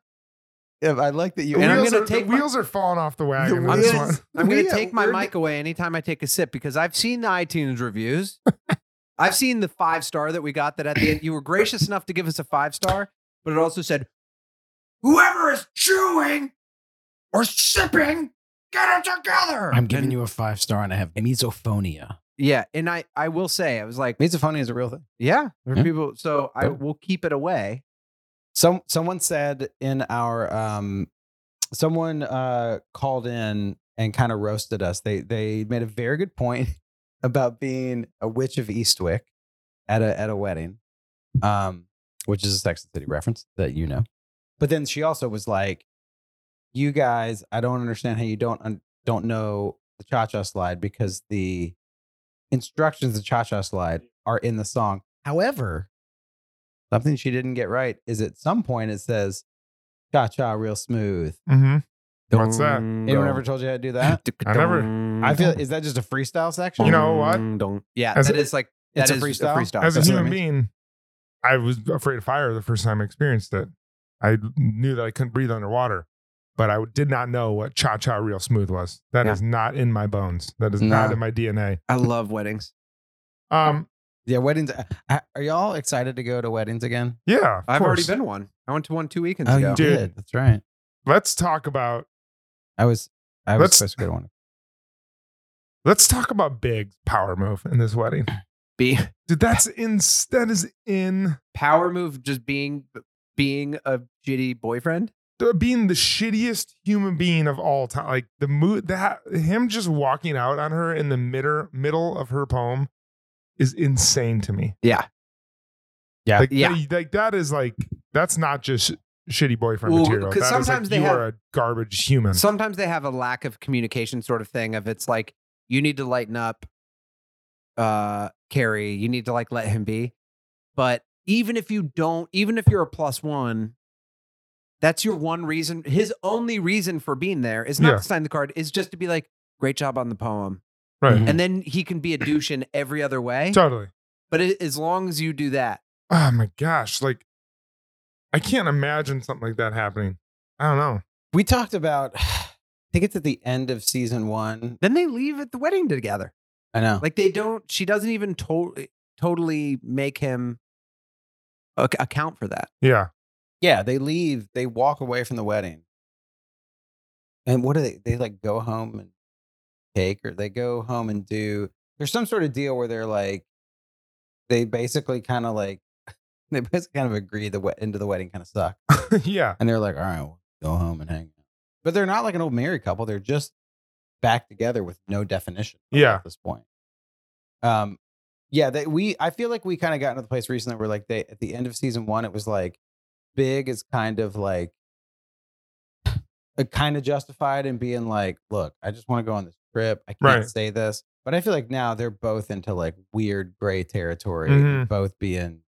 [SPEAKER 7] if I like that you
[SPEAKER 8] And I'm
[SPEAKER 9] wheels
[SPEAKER 8] gonna
[SPEAKER 9] are,
[SPEAKER 8] take
[SPEAKER 9] the
[SPEAKER 8] my-
[SPEAKER 9] wheels are falling off the
[SPEAKER 7] The
[SPEAKER 9] wagon. on
[SPEAKER 8] I'm
[SPEAKER 9] this
[SPEAKER 8] gonna,
[SPEAKER 9] one.
[SPEAKER 8] I'm gonna
[SPEAKER 7] Yeah,
[SPEAKER 8] take my
[SPEAKER 7] we're-
[SPEAKER 8] mic away anytime I take a sip because I've seen the iTunes reviews. I've seen the five star that we got. That at the end, you were gracious enough to give us a five star, but it also said, "Whoever is chewing or sipping, get it together." And-
[SPEAKER 1] you a five star and I have misophonia.
[SPEAKER 8] yeah, and I I will say I was like,
[SPEAKER 7] misophonia is a real thing.
[SPEAKER 8] yeah, there are
[SPEAKER 7] Yeah.
[SPEAKER 8] people. So I
[SPEAKER 7] Yeah.
[SPEAKER 8] will keep it away.
[SPEAKER 7] Some someone said in our um someone uh called in and kind of roasted us. They they made a very good point about being a witch of Eastwick at a at a wedding. Um which is a Sex and the City reference that you know. But then she also was like you guys, I don't understand how you don't un- don't know the cha-cha slide because the instructions to cha-cha slide are in the song. However, Something she didn't get right is at some point it says cha cha real smooth.
[SPEAKER 9] Mhm. What's that?
[SPEAKER 7] Anyone ever told you how to do that?
[SPEAKER 9] I never-
[SPEAKER 7] I feel is that just a freestyle section?
[SPEAKER 9] You know what?
[SPEAKER 8] Yeah,
[SPEAKER 9] As
[SPEAKER 8] that
[SPEAKER 9] a-
[SPEAKER 8] is like
[SPEAKER 7] It's
[SPEAKER 8] that
[SPEAKER 7] a
[SPEAKER 8] is
[SPEAKER 7] freestyle?
[SPEAKER 9] As a
[SPEAKER 7] That's what I
[SPEAKER 9] human
[SPEAKER 7] mean.
[SPEAKER 9] being, I was afraid of fire the first time I experienced it. I knew that I couldn't breathe underwater, but I did not know what cha cha real smooth was. That is
[SPEAKER 8] Yeah.
[SPEAKER 9] not in my bones. That is
[SPEAKER 7] No.
[SPEAKER 9] not in my DNA.
[SPEAKER 8] I love weddings.
[SPEAKER 9] Um,
[SPEAKER 7] yeah, weddings. uh, Are y'all excited to go to weddings again?
[SPEAKER 9] yeah, of
[SPEAKER 8] I've already
[SPEAKER 9] course.
[SPEAKER 8] been to one. I went to one two weekends
[SPEAKER 7] Oh,
[SPEAKER 8] ago.
[SPEAKER 7] you
[SPEAKER 9] Dude.
[SPEAKER 7] did. That's right.
[SPEAKER 9] Let's talk about
[SPEAKER 7] I was. I was
[SPEAKER 9] Let's-
[SPEAKER 7] supposed to go to one.
[SPEAKER 9] let's talk about Big's power move in this wedding.
[SPEAKER 8] Be
[SPEAKER 9] Dude, that's in that is in
[SPEAKER 8] power move just being being a jitty boyfriend.
[SPEAKER 9] being the shittiest human being of all time. Like the mood that him just walking out on her in the middle middle of her poem is insane to me.
[SPEAKER 8] Yeah.
[SPEAKER 7] Yeah.
[SPEAKER 9] Like,
[SPEAKER 8] Yeah.
[SPEAKER 9] they- like that is like that's not just sh- shitty boyfriend
[SPEAKER 8] Well,
[SPEAKER 9] material.
[SPEAKER 8] 'cause
[SPEAKER 9] That is, like,
[SPEAKER 8] sometimes they
[SPEAKER 9] you
[SPEAKER 8] have-
[SPEAKER 9] are a garbage human.
[SPEAKER 8] Sometimes they have a lack of communication sort of thing of it's like you need to lighten up uh Carrie, you need to like let him be. But even if you don't, even if you're a plus 1, that's your one reason. His only reason for being there is not
[SPEAKER 9] Yeah.
[SPEAKER 8] to sign the card, is just to be like great job on the poem.
[SPEAKER 9] right.
[SPEAKER 8] And then he can be a douche in every other way.
[SPEAKER 9] Totally.
[SPEAKER 8] But it, as long as you do that,
[SPEAKER 9] Oh my gosh. Like I can't imagine something like that happening. I don't know.
[SPEAKER 7] We talked about. I think it's at the end of season one.
[SPEAKER 8] then they leave at the wedding together.
[SPEAKER 7] I know.
[SPEAKER 8] Like they don't. She doesn't even to- eh, totally make him ac- account for that.
[SPEAKER 9] Yeah.
[SPEAKER 7] Yeah, they leave. They walk away from the wedding. And what do they? They like go home and cake, or they go home and do. There's some sort of deal where they're like, they basically kind of like they both kind of agree the wed- end of the wedding kind of sucked.
[SPEAKER 9] yeah.
[SPEAKER 7] And they're like, all right, we'll go home and hang out. But they're not like an old married couple. They're just back together with no definition.
[SPEAKER 9] Yeah.
[SPEAKER 7] At this point. Um, yeah, that we I feel like we kind of got into the place recently where like they at the end of season one, it was like big is kind of like uh, kind of justified in being like, look, I just want to go on this trip. I can't
[SPEAKER 9] Right.
[SPEAKER 7] say this. But I feel like now they're both into like weird gray territory,
[SPEAKER 9] Mhm.
[SPEAKER 7] both being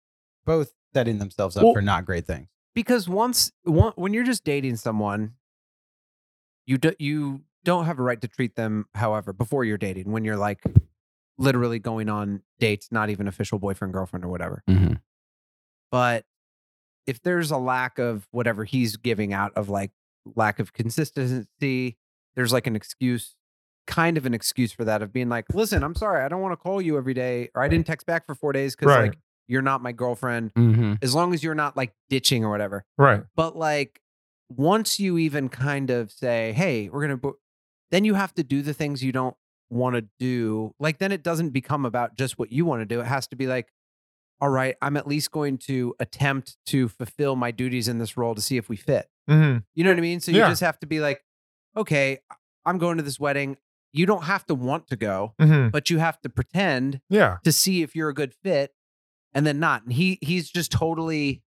[SPEAKER 7] both setting themselves up
[SPEAKER 8] Well-
[SPEAKER 7] for not great things.
[SPEAKER 8] because once one, when you're just dating someone you do, you don't have a right to treat them however before you're dating when you're like literally going on dates not even official boyfriend girlfriend or whatever
[SPEAKER 7] Mhm.
[SPEAKER 8] but if there's a lack of whatever he's giving out of like lack of consistency there's like an excuse kind of an excuse for that of being like listen i'm sorry i don't want to call you every day or i didn't text back for four days because
[SPEAKER 9] Right.
[SPEAKER 8] like you're not my girlfriend
[SPEAKER 7] Mm-hmm.
[SPEAKER 8] as long as you're not like ditching or whatever
[SPEAKER 9] Right.
[SPEAKER 8] but like once you even kind of say hey we're gonna bo-, then you have to do the things you don't want to do like then it doesn't become about just what you want to do it has to be like all right i'm at least going to attempt to fulfill my duties in this role to see if we fit
[SPEAKER 9] hmm
[SPEAKER 8] you know what i mean so you
[SPEAKER 9] Yeah.
[SPEAKER 8] just have to be like okay I- i'm going to this wedding you don't have to want to go
[SPEAKER 9] hmm
[SPEAKER 8] but you have to pretend
[SPEAKER 9] Yeah.
[SPEAKER 8] to see if you're a good fit and then not and he he's just totally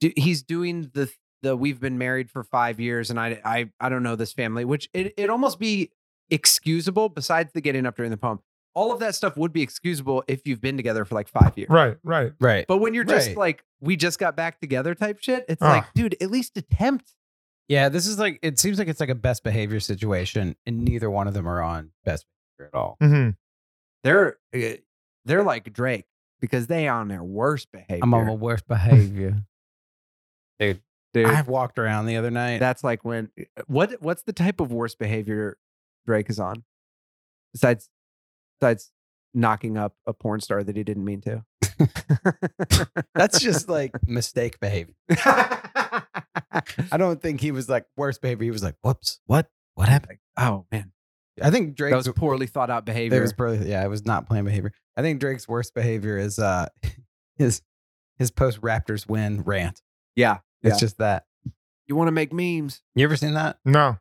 [SPEAKER 8] do, he's doing the the we've been married for 5 years and I I I don't know this family which it it almost be excusable besides the getting up during the poem all of that stuff would be excusable if you've been together for like 5 years
[SPEAKER 9] Right. Right.
[SPEAKER 7] Right.
[SPEAKER 8] but when you're just
[SPEAKER 7] Right.
[SPEAKER 8] like we just got back together type shit it's
[SPEAKER 9] Ah.
[SPEAKER 8] like dude at least attempt
[SPEAKER 7] Yeah, this is like it seems like it's like a best behavior situation, and neither one of them are on best behavior at all.
[SPEAKER 9] hmm
[SPEAKER 8] they're eh, they're like Drake because they on their worst behavior
[SPEAKER 7] I'm on my worst behavior.
[SPEAKER 8] dude
[SPEAKER 7] I walked around the other night.
[SPEAKER 8] that's like when eh, what what's the type of worst behavior Drake is on? Besides besides knocking up a porn star that he didn't mean to.
[SPEAKER 7] that's just like mistake behavior. I don't think he was like worst behavior. He was like, whoops, what, what happened?
[SPEAKER 8] oh man.
[SPEAKER 7] I think
[SPEAKER 8] That
[SPEAKER 7] Drake's
[SPEAKER 8] was poorly thought out behavior.
[SPEAKER 7] It was probably yeah, it was not planned behavior. I think Drake's worst behavior is uh his his post Raptors win rant.
[SPEAKER 8] yeah.
[SPEAKER 7] It's
[SPEAKER 8] Yeah.
[SPEAKER 7] just that.
[SPEAKER 8] You want to make memes.
[SPEAKER 7] You ever seen that?
[SPEAKER 9] No.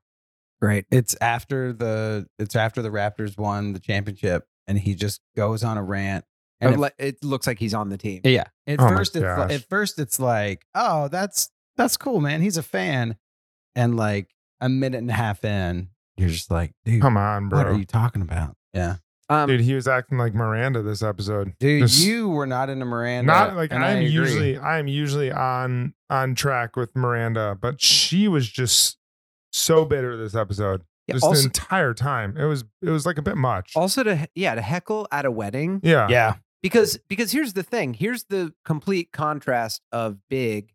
[SPEAKER 8] Great.
[SPEAKER 7] it's after the it's after the Raptors won the championship, and he just goes on a rant. And
[SPEAKER 8] And
[SPEAKER 7] it,
[SPEAKER 8] it, looks like he's on the team.
[SPEAKER 7] yeah, at
[SPEAKER 9] Oh my
[SPEAKER 7] first it's
[SPEAKER 9] gosh.
[SPEAKER 7] like, at first it's like, oh, that's that's cool, man. He's a fan, and like a minute and a half in, you're just like, dude,
[SPEAKER 9] Come on,
[SPEAKER 7] what are
[SPEAKER 9] bro.
[SPEAKER 7] you talking about? Yeah,
[SPEAKER 8] Um,
[SPEAKER 9] Dude, he was acting like Miranda this episode.
[SPEAKER 7] dude,
[SPEAKER 9] Just-
[SPEAKER 7] you were not into Miranda.
[SPEAKER 9] not like
[SPEAKER 7] and
[SPEAKER 9] I'm
[SPEAKER 7] agree.
[SPEAKER 9] usually uh, I'm usually on on track with Miranda, but she was just so bitter this episode.
[SPEAKER 8] yeah,
[SPEAKER 9] just the
[SPEAKER 8] also,
[SPEAKER 9] entire time. It was it was like a bit much.
[SPEAKER 8] also to yeah, to heckle at a wedding.
[SPEAKER 9] yeah.
[SPEAKER 7] yeah,
[SPEAKER 8] because because here's the thing here's the complete contrast of big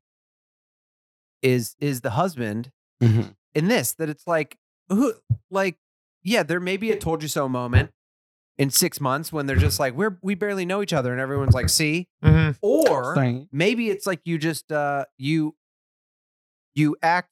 [SPEAKER 8] is is the husband
[SPEAKER 7] Mhm.
[SPEAKER 8] in this that it's like who like yeah there may be a told you so moment in six months when they're just like we're we barely know each other and everyone's like see
[SPEAKER 9] Mhm.
[SPEAKER 8] or
[SPEAKER 7] Thing.
[SPEAKER 8] maybe it's like you just uh you you act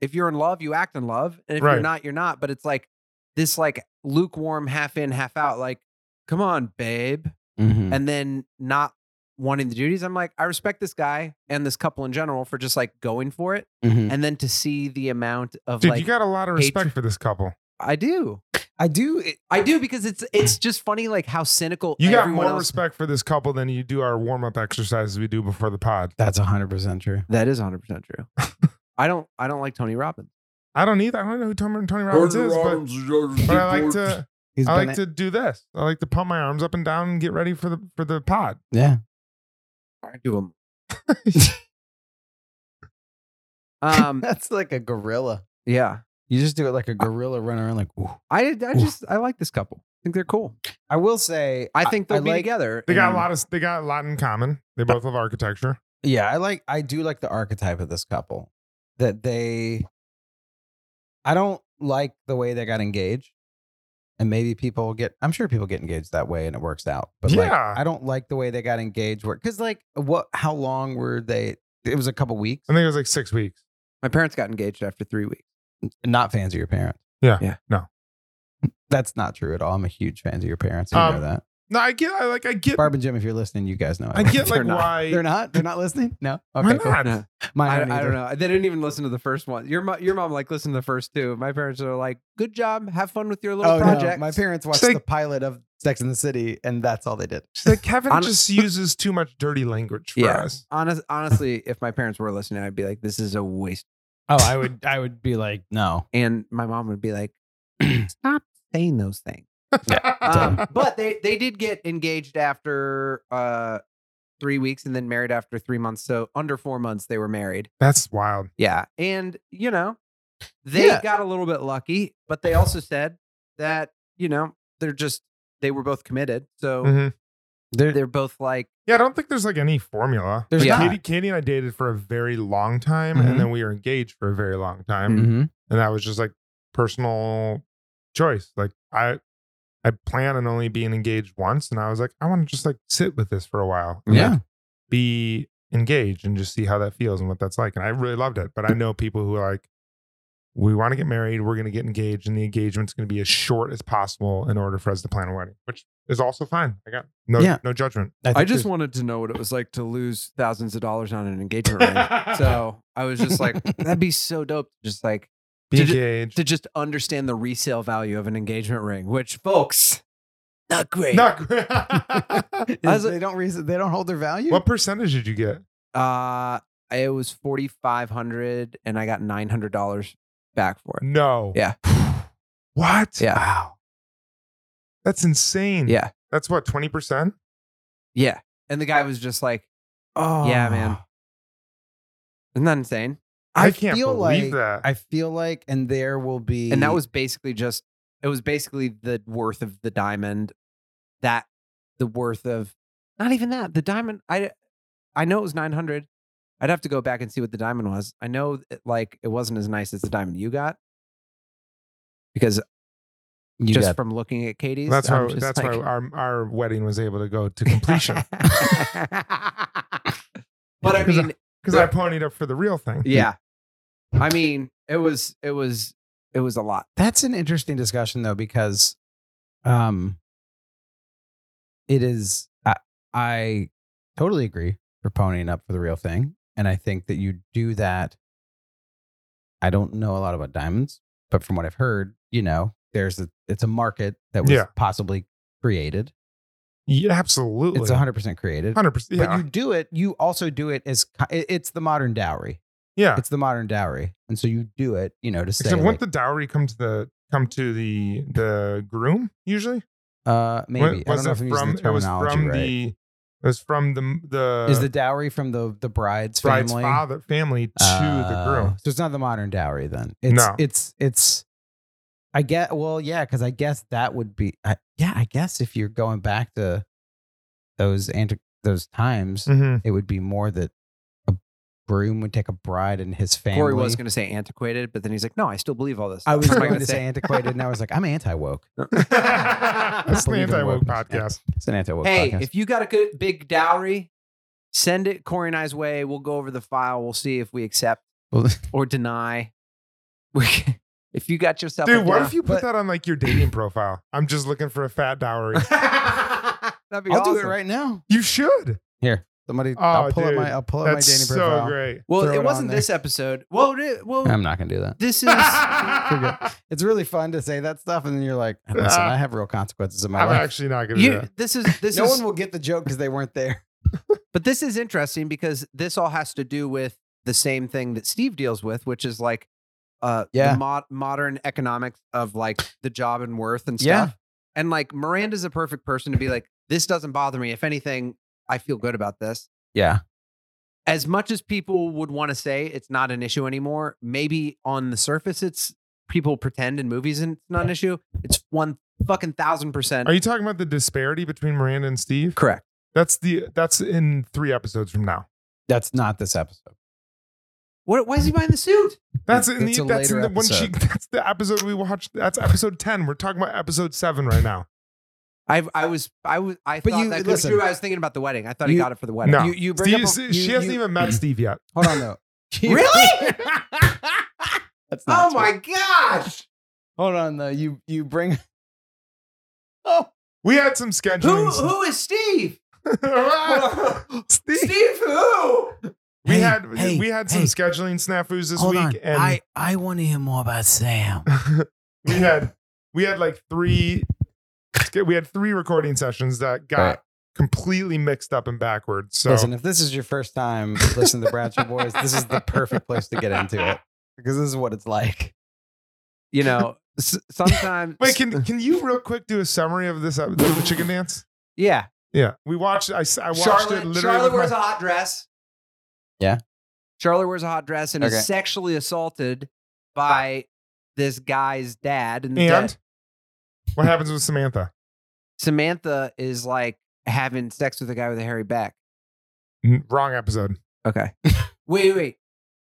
[SPEAKER 8] if you're in love you act in love and if
[SPEAKER 9] Right.
[SPEAKER 8] you're not you're not but it's like this like lukewarm half in half out like come on babe
[SPEAKER 9] Hmm.
[SPEAKER 7] Mhm.
[SPEAKER 8] and then not wanting the duties. I'm like, I respect this guy and this couple in general for just like going for it.
[SPEAKER 7] Mhm.
[SPEAKER 8] And then to see the amount
[SPEAKER 9] Hmm.
[SPEAKER 8] of
[SPEAKER 9] Dude,
[SPEAKER 8] like,
[SPEAKER 9] you got a lot of
[SPEAKER 8] hatred-
[SPEAKER 9] respect for this couple.
[SPEAKER 8] I do,
[SPEAKER 7] I do. It,
[SPEAKER 8] I do, because it's it's just funny like how cynical
[SPEAKER 9] You got
[SPEAKER 8] everyone
[SPEAKER 9] more
[SPEAKER 8] else-
[SPEAKER 9] respect for this couple than you do our warm up exercises we do before the pod.
[SPEAKER 7] that's hundred percent true.
[SPEAKER 8] That is 100 percent true. I don't I don't like Tony Robbins.
[SPEAKER 9] I don't either. I don't know who Tony, Tony Robbins is, but, but I like to
[SPEAKER 7] He's
[SPEAKER 9] I
[SPEAKER 7] been
[SPEAKER 9] like
[SPEAKER 7] it.
[SPEAKER 9] to do this. I like to pump my arms up and down and get ready for the for the pod.
[SPEAKER 7] yeah.
[SPEAKER 8] I do him. um.
[SPEAKER 7] That's like a gorilla.
[SPEAKER 8] Yeah.
[SPEAKER 7] You just do it like a gorilla running around like. Ooh.
[SPEAKER 8] I I just I like this couple. I think they're cool.
[SPEAKER 7] I will say,
[SPEAKER 8] I think they'll be
[SPEAKER 7] like,
[SPEAKER 8] together.
[SPEAKER 9] They got a
[SPEAKER 8] and-
[SPEAKER 9] lot of they got a lot in common. They both love architecture.
[SPEAKER 7] Yeah, I like I do like the archetype of this couple. That they I don't like the way they got engaged. And maybe people get I'm sure people get engaged that way and it works out. But like
[SPEAKER 9] Yeah.
[SPEAKER 7] I don't like the way they got engaged where cuz like what how long were they it was a couple weeks.
[SPEAKER 9] I think it was like six weeks.
[SPEAKER 8] My parents got engaged after three weeks.
[SPEAKER 7] Not fans of your parents.
[SPEAKER 9] Yeah.
[SPEAKER 8] Yeah.
[SPEAKER 9] No.
[SPEAKER 7] That's not true at all. I'm a huge fan of your parents. You
[SPEAKER 9] Um,
[SPEAKER 7] know that.
[SPEAKER 9] No, I get. I like. I get.
[SPEAKER 7] Barb and Jim, if you're listening, you guys know.
[SPEAKER 9] I get
[SPEAKER 7] They're
[SPEAKER 9] like
[SPEAKER 7] not.
[SPEAKER 9] why.
[SPEAKER 7] They're not. They're not listening. No.
[SPEAKER 9] Why
[SPEAKER 7] Okay. Cool.
[SPEAKER 9] not?
[SPEAKER 8] No.
[SPEAKER 7] Mine
[SPEAKER 8] I, I
[SPEAKER 7] either.
[SPEAKER 8] don't know. They didn't even listen to the first one. Your mo- your mom like listened to the first two. My parents are like, "Good job, have fun with your little
[SPEAKER 7] Oh,
[SPEAKER 8] project."
[SPEAKER 7] no. My parents watched
[SPEAKER 9] It's like-
[SPEAKER 7] the pilot of Sex in the City, and that's all they did.
[SPEAKER 9] It's like Kevin
[SPEAKER 8] Hon-
[SPEAKER 9] just uses too much dirty language for
[SPEAKER 8] Yeah.
[SPEAKER 9] us.
[SPEAKER 8] Honest, honestly, if my parents were listening, I'd be like, "This is a waste,"
[SPEAKER 1] Oh, I would I would be like, no.
[SPEAKER 8] and my mom would be like, "Stop saying those things." Um, but they they did get engaged after uh three weeks and then married after three months. So under four months, they were married.
[SPEAKER 9] That's wild.
[SPEAKER 8] Yeah, and you know, they
[SPEAKER 7] Yeah.
[SPEAKER 8] got a little bit lucky, but they also said that you know they're just they were both committed, so
[SPEAKER 9] Mhm.
[SPEAKER 8] Mm-hmm. they're both like.
[SPEAKER 9] Yeah, I don't think there's like any formula.
[SPEAKER 7] There's
[SPEAKER 9] Like,
[SPEAKER 8] not.
[SPEAKER 9] Katie, Katie and I dated for a very long time,
[SPEAKER 7] Mhm.
[SPEAKER 9] and then we were engaged for a very long time,
[SPEAKER 8] mm,
[SPEAKER 7] Mhm.
[SPEAKER 9] and that was just like personal choice. Like I, I plan on only being engaged once, and I was like, I want to just like sit with this for a while. and,
[SPEAKER 7] Yeah.
[SPEAKER 9] like, be engaged and just see how that feels and what that's like. And I really loved it, but I know people who are like, we want to get married, we're going to get engaged, and the engagement's going to be as short as possible in order for us to plan a wedding, which is also fine. I got no
[SPEAKER 7] Yeah.
[SPEAKER 9] no judgment.
[SPEAKER 7] think
[SPEAKER 8] I just
[SPEAKER 7] there's-
[SPEAKER 8] wanted to know what it was like to lose thousands of dollars on an engagement ring. So I was just like, that'd be so dope. Just like
[SPEAKER 9] be
[SPEAKER 8] Did you-
[SPEAKER 9] engaged.
[SPEAKER 8] to just understand the resale value of an engagement ring, which folks, not great.
[SPEAKER 9] Not great.
[SPEAKER 8] As a-
[SPEAKER 7] they don't reason, they don't hold their value.
[SPEAKER 9] what percentage did you get?
[SPEAKER 8] Uh, it was forty five hundred, and I got nine hundred dollars back for it.
[SPEAKER 9] No.
[SPEAKER 8] Yeah.
[SPEAKER 9] What?
[SPEAKER 8] Yeah.
[SPEAKER 9] Wow. That's insane.
[SPEAKER 8] Yeah,
[SPEAKER 9] That's what, 20%?
[SPEAKER 8] yeah. And the guy was just like,
[SPEAKER 7] Oh,
[SPEAKER 8] "Yeah, man, isn't that insane?"
[SPEAKER 9] I, can't
[SPEAKER 7] feel
[SPEAKER 9] believe
[SPEAKER 7] like,
[SPEAKER 9] that.
[SPEAKER 7] I feel like, and there will be,
[SPEAKER 8] And that was basically just it was basically the worth of the diamond, that the worth of not even that the diamond. I I know it was nine hundred. I'd have to go back and see what the diamond was. I know it, like it wasn't as nice as the diamond you got because
[SPEAKER 7] you
[SPEAKER 8] just
[SPEAKER 7] got-
[SPEAKER 8] from looking at Katie's.
[SPEAKER 9] that's
[SPEAKER 8] I'm
[SPEAKER 9] why
[SPEAKER 8] just
[SPEAKER 9] that's why
[SPEAKER 8] like-
[SPEAKER 9] our, our wedding was able to go to completion.
[SPEAKER 8] but I
[SPEAKER 9] Because I-
[SPEAKER 8] mean,
[SPEAKER 9] Because I ponied up for the real thing.
[SPEAKER 8] yeah. I mean, it was it was it was a lot.
[SPEAKER 7] that's an interesting discussion though because, um, it is I, I totally agree for ponying up for the real thing, and I think that you do that. I don't know a lot about diamonds, but from what I've heard, you know, there's a it's a market that was
[SPEAKER 9] Yeah.
[SPEAKER 7] possibly created.
[SPEAKER 9] Yeah, absolutely.
[SPEAKER 7] It's 100 percent created.
[SPEAKER 9] 100%. Yeah.
[SPEAKER 7] But you do it. You also do it as ki- it- it's the modern dowry.
[SPEAKER 9] yeah.
[SPEAKER 7] It's the modern dowry, and so you do it. You know, to say
[SPEAKER 9] Except wouldn't
[SPEAKER 7] like,
[SPEAKER 9] the dowry come to the come to the the groom usually?
[SPEAKER 7] uh, maybe
[SPEAKER 9] Wa-
[SPEAKER 7] I don't know if I'm using the
[SPEAKER 9] it was
[SPEAKER 7] terminology
[SPEAKER 9] from
[SPEAKER 7] right.
[SPEAKER 9] the it was from the the uh,
[SPEAKER 7] Is the dowry from the the bride's
[SPEAKER 9] bride's
[SPEAKER 7] family
[SPEAKER 9] father family to
[SPEAKER 7] Uh,
[SPEAKER 9] the groom?
[SPEAKER 7] So it's not the modern dowry then. It's,
[SPEAKER 9] No.
[SPEAKER 7] it's it's. I get well, yeah, because I guess that would be I, yeah. I guess if you're going back to those anti- those times,
[SPEAKER 9] Mm-hmm.
[SPEAKER 7] it would be more that a groom would take a bride and his family.
[SPEAKER 8] Corey was going to say antiquated, but then he's like, "No, I still believe all this."
[SPEAKER 7] I was
[SPEAKER 8] What am
[SPEAKER 7] going
[SPEAKER 8] gonna
[SPEAKER 7] to say antiquated, and I was like, I'm anti woke.
[SPEAKER 9] That's the
[SPEAKER 7] Believe in
[SPEAKER 9] anti woke
[SPEAKER 7] wokeness.
[SPEAKER 9] podcast.
[SPEAKER 7] It's an anti woke
[SPEAKER 8] Hey,
[SPEAKER 7] podcast.
[SPEAKER 8] if you got a good big dowry, send it Corey and I's way. We'll go over the file. We'll see if we accept
[SPEAKER 7] Well,
[SPEAKER 8] or deny. We can- if you got yourself, a
[SPEAKER 9] Dude, what
[SPEAKER 8] dow-
[SPEAKER 9] if you put that on like your dating profile? I'm just looking for a fat dowry.
[SPEAKER 8] That'd be
[SPEAKER 7] I'll do it
[SPEAKER 8] awesome.
[SPEAKER 7] right now.
[SPEAKER 9] you should.
[SPEAKER 7] Somebody,
[SPEAKER 9] Oh,
[SPEAKER 7] I'll pull
[SPEAKER 9] dude.
[SPEAKER 7] up my, I'll pull up my
[SPEAKER 9] That's
[SPEAKER 7] dating
[SPEAKER 9] so
[SPEAKER 7] profile.
[SPEAKER 9] great.
[SPEAKER 8] Well,
[SPEAKER 7] Throw it
[SPEAKER 8] it
[SPEAKER 7] on
[SPEAKER 8] wasn't
[SPEAKER 7] there.
[SPEAKER 8] this episode. Well, it, well,
[SPEAKER 7] I'm not gonna do that.
[SPEAKER 8] this is.
[SPEAKER 7] It's really fun to say that stuff, and then you're like, listen,
[SPEAKER 9] Ah.
[SPEAKER 7] I have real consequences in my
[SPEAKER 9] I'm
[SPEAKER 7] life.
[SPEAKER 9] actually not gonna do
[SPEAKER 8] You,
[SPEAKER 9] that.
[SPEAKER 8] this is this
[SPEAKER 7] no
[SPEAKER 8] is
[SPEAKER 7] one will get the joke because they weren't there.
[SPEAKER 8] But this is interesting because this all has to do with the same thing that Steve deals with, which is like uh
[SPEAKER 7] Yeah.
[SPEAKER 8] the mod- modern economics of like the job and worth and
[SPEAKER 7] Yeah.
[SPEAKER 8] stuff. And like Miranda's a perfect person to be like, this doesn't bother me. If anything, I feel good about this.
[SPEAKER 7] Yeah.
[SPEAKER 8] As much as people would want to say it's not an issue anymore, maybe on the surface it's people pretend in movies and it's not an issue. It's one fucking thousand percent
[SPEAKER 9] Are you talking about the disparity between Miranda and Steve?
[SPEAKER 8] correct.
[SPEAKER 9] That's the that's in three episodes from now.
[SPEAKER 7] That's not this episode.
[SPEAKER 8] What, why is he buying the suit?
[SPEAKER 9] That's in
[SPEAKER 7] It's
[SPEAKER 9] the
[SPEAKER 7] a
[SPEAKER 9] that's in the
[SPEAKER 7] later
[SPEAKER 9] when she that's the episode we watched. That's episode ten. We're talking about episode seven right now.
[SPEAKER 8] I I was I was I
[SPEAKER 7] But
[SPEAKER 8] thought
[SPEAKER 7] you-
[SPEAKER 8] that could
[SPEAKER 7] listen.
[SPEAKER 8] be true. I was thinking about the wedding. I thought he
[SPEAKER 7] You-
[SPEAKER 8] got it for the wedding.
[SPEAKER 9] No,
[SPEAKER 7] You- you bring
[SPEAKER 9] Steve-
[SPEAKER 7] up a-
[SPEAKER 9] she
[SPEAKER 7] you-
[SPEAKER 9] hasn't
[SPEAKER 7] you-
[SPEAKER 9] even met Steve yet.
[SPEAKER 7] Hold on though.
[SPEAKER 8] Really?
[SPEAKER 7] That's not
[SPEAKER 8] oh
[SPEAKER 7] true.
[SPEAKER 8] my gosh.
[SPEAKER 7] Hold on though. You you bring. Oh
[SPEAKER 9] We had some scheduling.
[SPEAKER 8] Who who is Steve?
[SPEAKER 9] Steve.
[SPEAKER 8] Steve who?
[SPEAKER 9] We
[SPEAKER 1] Hey,
[SPEAKER 9] had
[SPEAKER 1] hey,
[SPEAKER 9] we had some
[SPEAKER 1] hey.
[SPEAKER 9] scheduling snafus this
[SPEAKER 1] Hold
[SPEAKER 9] week,
[SPEAKER 1] on.
[SPEAKER 9] and
[SPEAKER 1] I, I want to hear more about Sam.
[SPEAKER 9] we had we had like three we had three recording sessions that got
[SPEAKER 7] Right.
[SPEAKER 9] completely mixed up and backwards. So
[SPEAKER 7] Listen, if this is your first time listening to Bradshaw Boys, this is the perfect place to get into it because this is what it's like.
[SPEAKER 8] You know, s- sometimes
[SPEAKER 9] wait, can can you real quick do a summary of this episode, the chicken dance?
[SPEAKER 8] yeah.
[SPEAKER 9] Yeah, we watched. I, s- I watched it
[SPEAKER 8] Charlotte,
[SPEAKER 9] literally.
[SPEAKER 8] Charlotte
[SPEAKER 9] with my-
[SPEAKER 8] wears a hot dress.
[SPEAKER 7] Yeah.
[SPEAKER 8] Charlotte wears a hot dress and
[SPEAKER 7] Okay.
[SPEAKER 8] is sexually assaulted by this guy's dad. And, the dad-
[SPEAKER 9] and what happens with Samantha?
[SPEAKER 8] Samantha is like having sex with a guy with a hairy back.
[SPEAKER 9] N- Wrong episode.
[SPEAKER 8] Okay. wait, wait.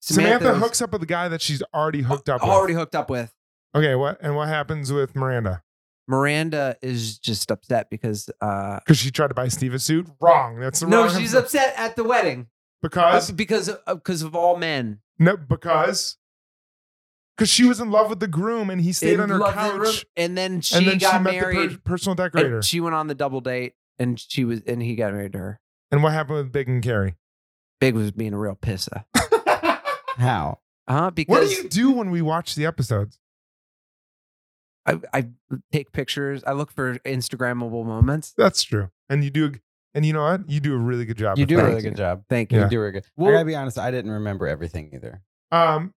[SPEAKER 9] Samantha,
[SPEAKER 8] is
[SPEAKER 9] hooks up with the guy that she's already hooked up with.
[SPEAKER 8] already hooked up with.
[SPEAKER 9] Okay, what and what happens with Miranda?
[SPEAKER 8] Miranda is just upset because uh
[SPEAKER 9] Because she tried to buy Steve a suit. Wrong. That's the
[SPEAKER 8] no,
[SPEAKER 9] wrong
[SPEAKER 8] she's
[SPEAKER 9] episode.
[SPEAKER 8] upset at the wedding
[SPEAKER 9] because
[SPEAKER 8] Uh, because because of all men.
[SPEAKER 9] no because because she was in love with the groom and he stayed
[SPEAKER 8] In
[SPEAKER 9] on her
[SPEAKER 8] love
[SPEAKER 9] couch
[SPEAKER 8] room, and then she
[SPEAKER 9] and then
[SPEAKER 8] got
[SPEAKER 9] she met
[SPEAKER 8] married.
[SPEAKER 9] the per- personal
[SPEAKER 8] and
[SPEAKER 9] decorator. And,
[SPEAKER 8] she went on the double date and she was and he got married to her.
[SPEAKER 9] what happened with Big and Carrie?
[SPEAKER 8] Big was being a real pisser.
[SPEAKER 7] How?
[SPEAKER 8] Huh? Because
[SPEAKER 9] What do you do when we watch the episodes?
[SPEAKER 8] I, I take pictures. I look for Instagrammable moments.
[SPEAKER 9] That's true. And you do and you know what? You do a really good job.
[SPEAKER 7] You
[SPEAKER 9] with
[SPEAKER 7] do
[SPEAKER 9] that.
[SPEAKER 7] a really good job.
[SPEAKER 8] Thank you.
[SPEAKER 9] Yeah.
[SPEAKER 7] You do a really good.
[SPEAKER 8] Well-
[SPEAKER 7] I gotta be honest, I didn't remember everything either.
[SPEAKER 9] Um,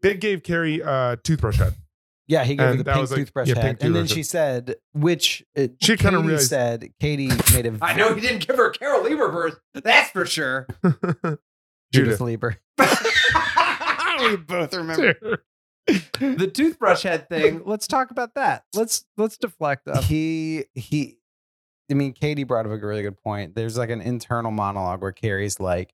[SPEAKER 9] Big gave Carrie a toothbrush head.
[SPEAKER 7] Yeah, he gave
[SPEAKER 9] And
[SPEAKER 7] her the
[SPEAKER 9] that
[SPEAKER 7] pink
[SPEAKER 9] was like-
[SPEAKER 7] toothbrush
[SPEAKER 9] yeah,
[SPEAKER 7] head,
[SPEAKER 9] pink
[SPEAKER 7] and then
[SPEAKER 9] toothbrush
[SPEAKER 7] she
[SPEAKER 9] head.
[SPEAKER 7] said, which it,
[SPEAKER 9] She kinda
[SPEAKER 7] Katie
[SPEAKER 9] realized-
[SPEAKER 7] said Katie made a
[SPEAKER 8] I know he didn't give her Carol Lieberverse. That's for sure.
[SPEAKER 9] Judith.
[SPEAKER 7] Judith Lieber.
[SPEAKER 8] the
[SPEAKER 7] both
[SPEAKER 8] toothbrush head thing. Let's talk about that. Let's let's deflect
[SPEAKER 9] Oh.
[SPEAKER 8] up.
[SPEAKER 7] he he i mean katie brought up a really good point there's like an internal monologue where carrie's like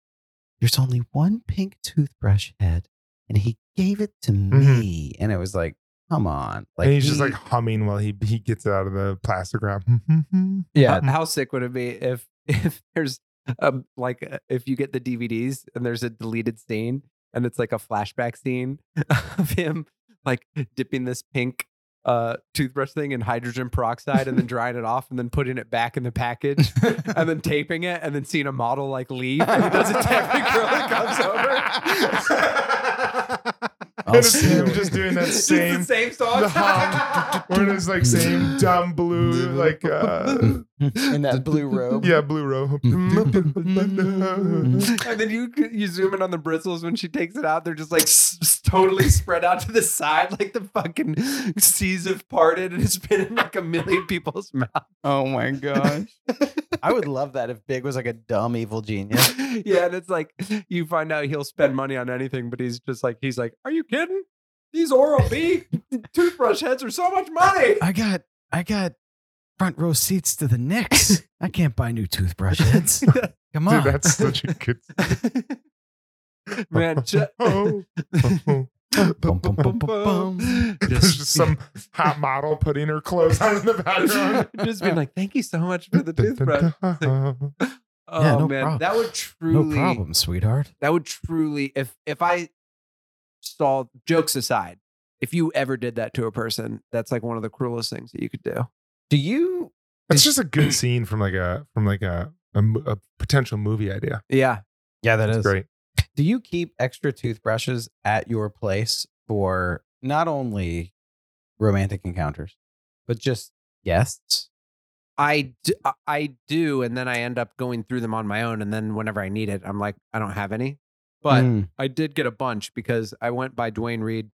[SPEAKER 7] there's only one pink toothbrush head and he gave it to me and it was like come on
[SPEAKER 9] Mm-hmm.
[SPEAKER 7] like
[SPEAKER 9] and he's just
[SPEAKER 7] he-
[SPEAKER 9] like humming while he he gets it out of the plastic wrap.
[SPEAKER 7] yeah
[SPEAKER 8] How sick would it be if if there's um like uh, if you get the DVDs and there's a deleted scene and it's like a flashback scene of him like dipping this pink uh toothbrush thing in hydrogen peroxide and then drying it off and then putting it back in the package and then taping it and then seeing a model like leave and he does it to every girl that comes over.
[SPEAKER 9] And
[SPEAKER 1] I'll
[SPEAKER 9] it's
[SPEAKER 1] see
[SPEAKER 9] him
[SPEAKER 1] you.
[SPEAKER 9] just doing that
[SPEAKER 8] Just
[SPEAKER 9] same
[SPEAKER 8] the same song.
[SPEAKER 9] the hum. We're in his like same dumb blue like uh
[SPEAKER 7] in that blue robe
[SPEAKER 9] yeah blue robe. and
[SPEAKER 8] and then you you zoom in on the bristles when she takes it out. They're just like s- s- totally spread out to the side, like the fucking seas have parted and it's been in like a million people's mouth.
[SPEAKER 7] oh my gosh i would love that if big was like a dumb evil genius
[SPEAKER 8] yeah, and it's like you find out he'll spend money on anything, but he's just like he's like, are you kidding? These Oral B toothbrush heads are so much money.
[SPEAKER 1] I got I got front row seats to the Knicks. I can't buy new toothbrush heads. Come on.
[SPEAKER 9] Dude, that's such a good
[SPEAKER 8] Man, ju-
[SPEAKER 9] oh.
[SPEAKER 1] Bum, bum, bum, bum, bum.
[SPEAKER 9] There's just some hot model putting her clothes on in the background.
[SPEAKER 8] just being like, thank you so much for the toothbrush.
[SPEAKER 9] That's
[SPEAKER 8] Oh
[SPEAKER 1] Yeah, no
[SPEAKER 8] man,
[SPEAKER 1] prob-
[SPEAKER 8] that would
[SPEAKER 1] No
[SPEAKER 8] truly
[SPEAKER 1] problem, sweetheart.
[SPEAKER 8] that would truly if if i saw jokes aside if you ever did that to a person that's like one of the cruelest things that you could do
[SPEAKER 7] do you
[SPEAKER 9] just a good scene from like a from like a a, mo- a potential movie idea.
[SPEAKER 8] yeah
[SPEAKER 1] Yeah, that
[SPEAKER 9] It's great.
[SPEAKER 7] do you keep extra toothbrushes at your place for not only romantic encounters but just guests
[SPEAKER 8] I, d- I do and then i end up going through them on my own and then whenever i need it i'm like i don't have any but
[SPEAKER 7] Mm.
[SPEAKER 8] i did get a bunch because i went by dwayne reed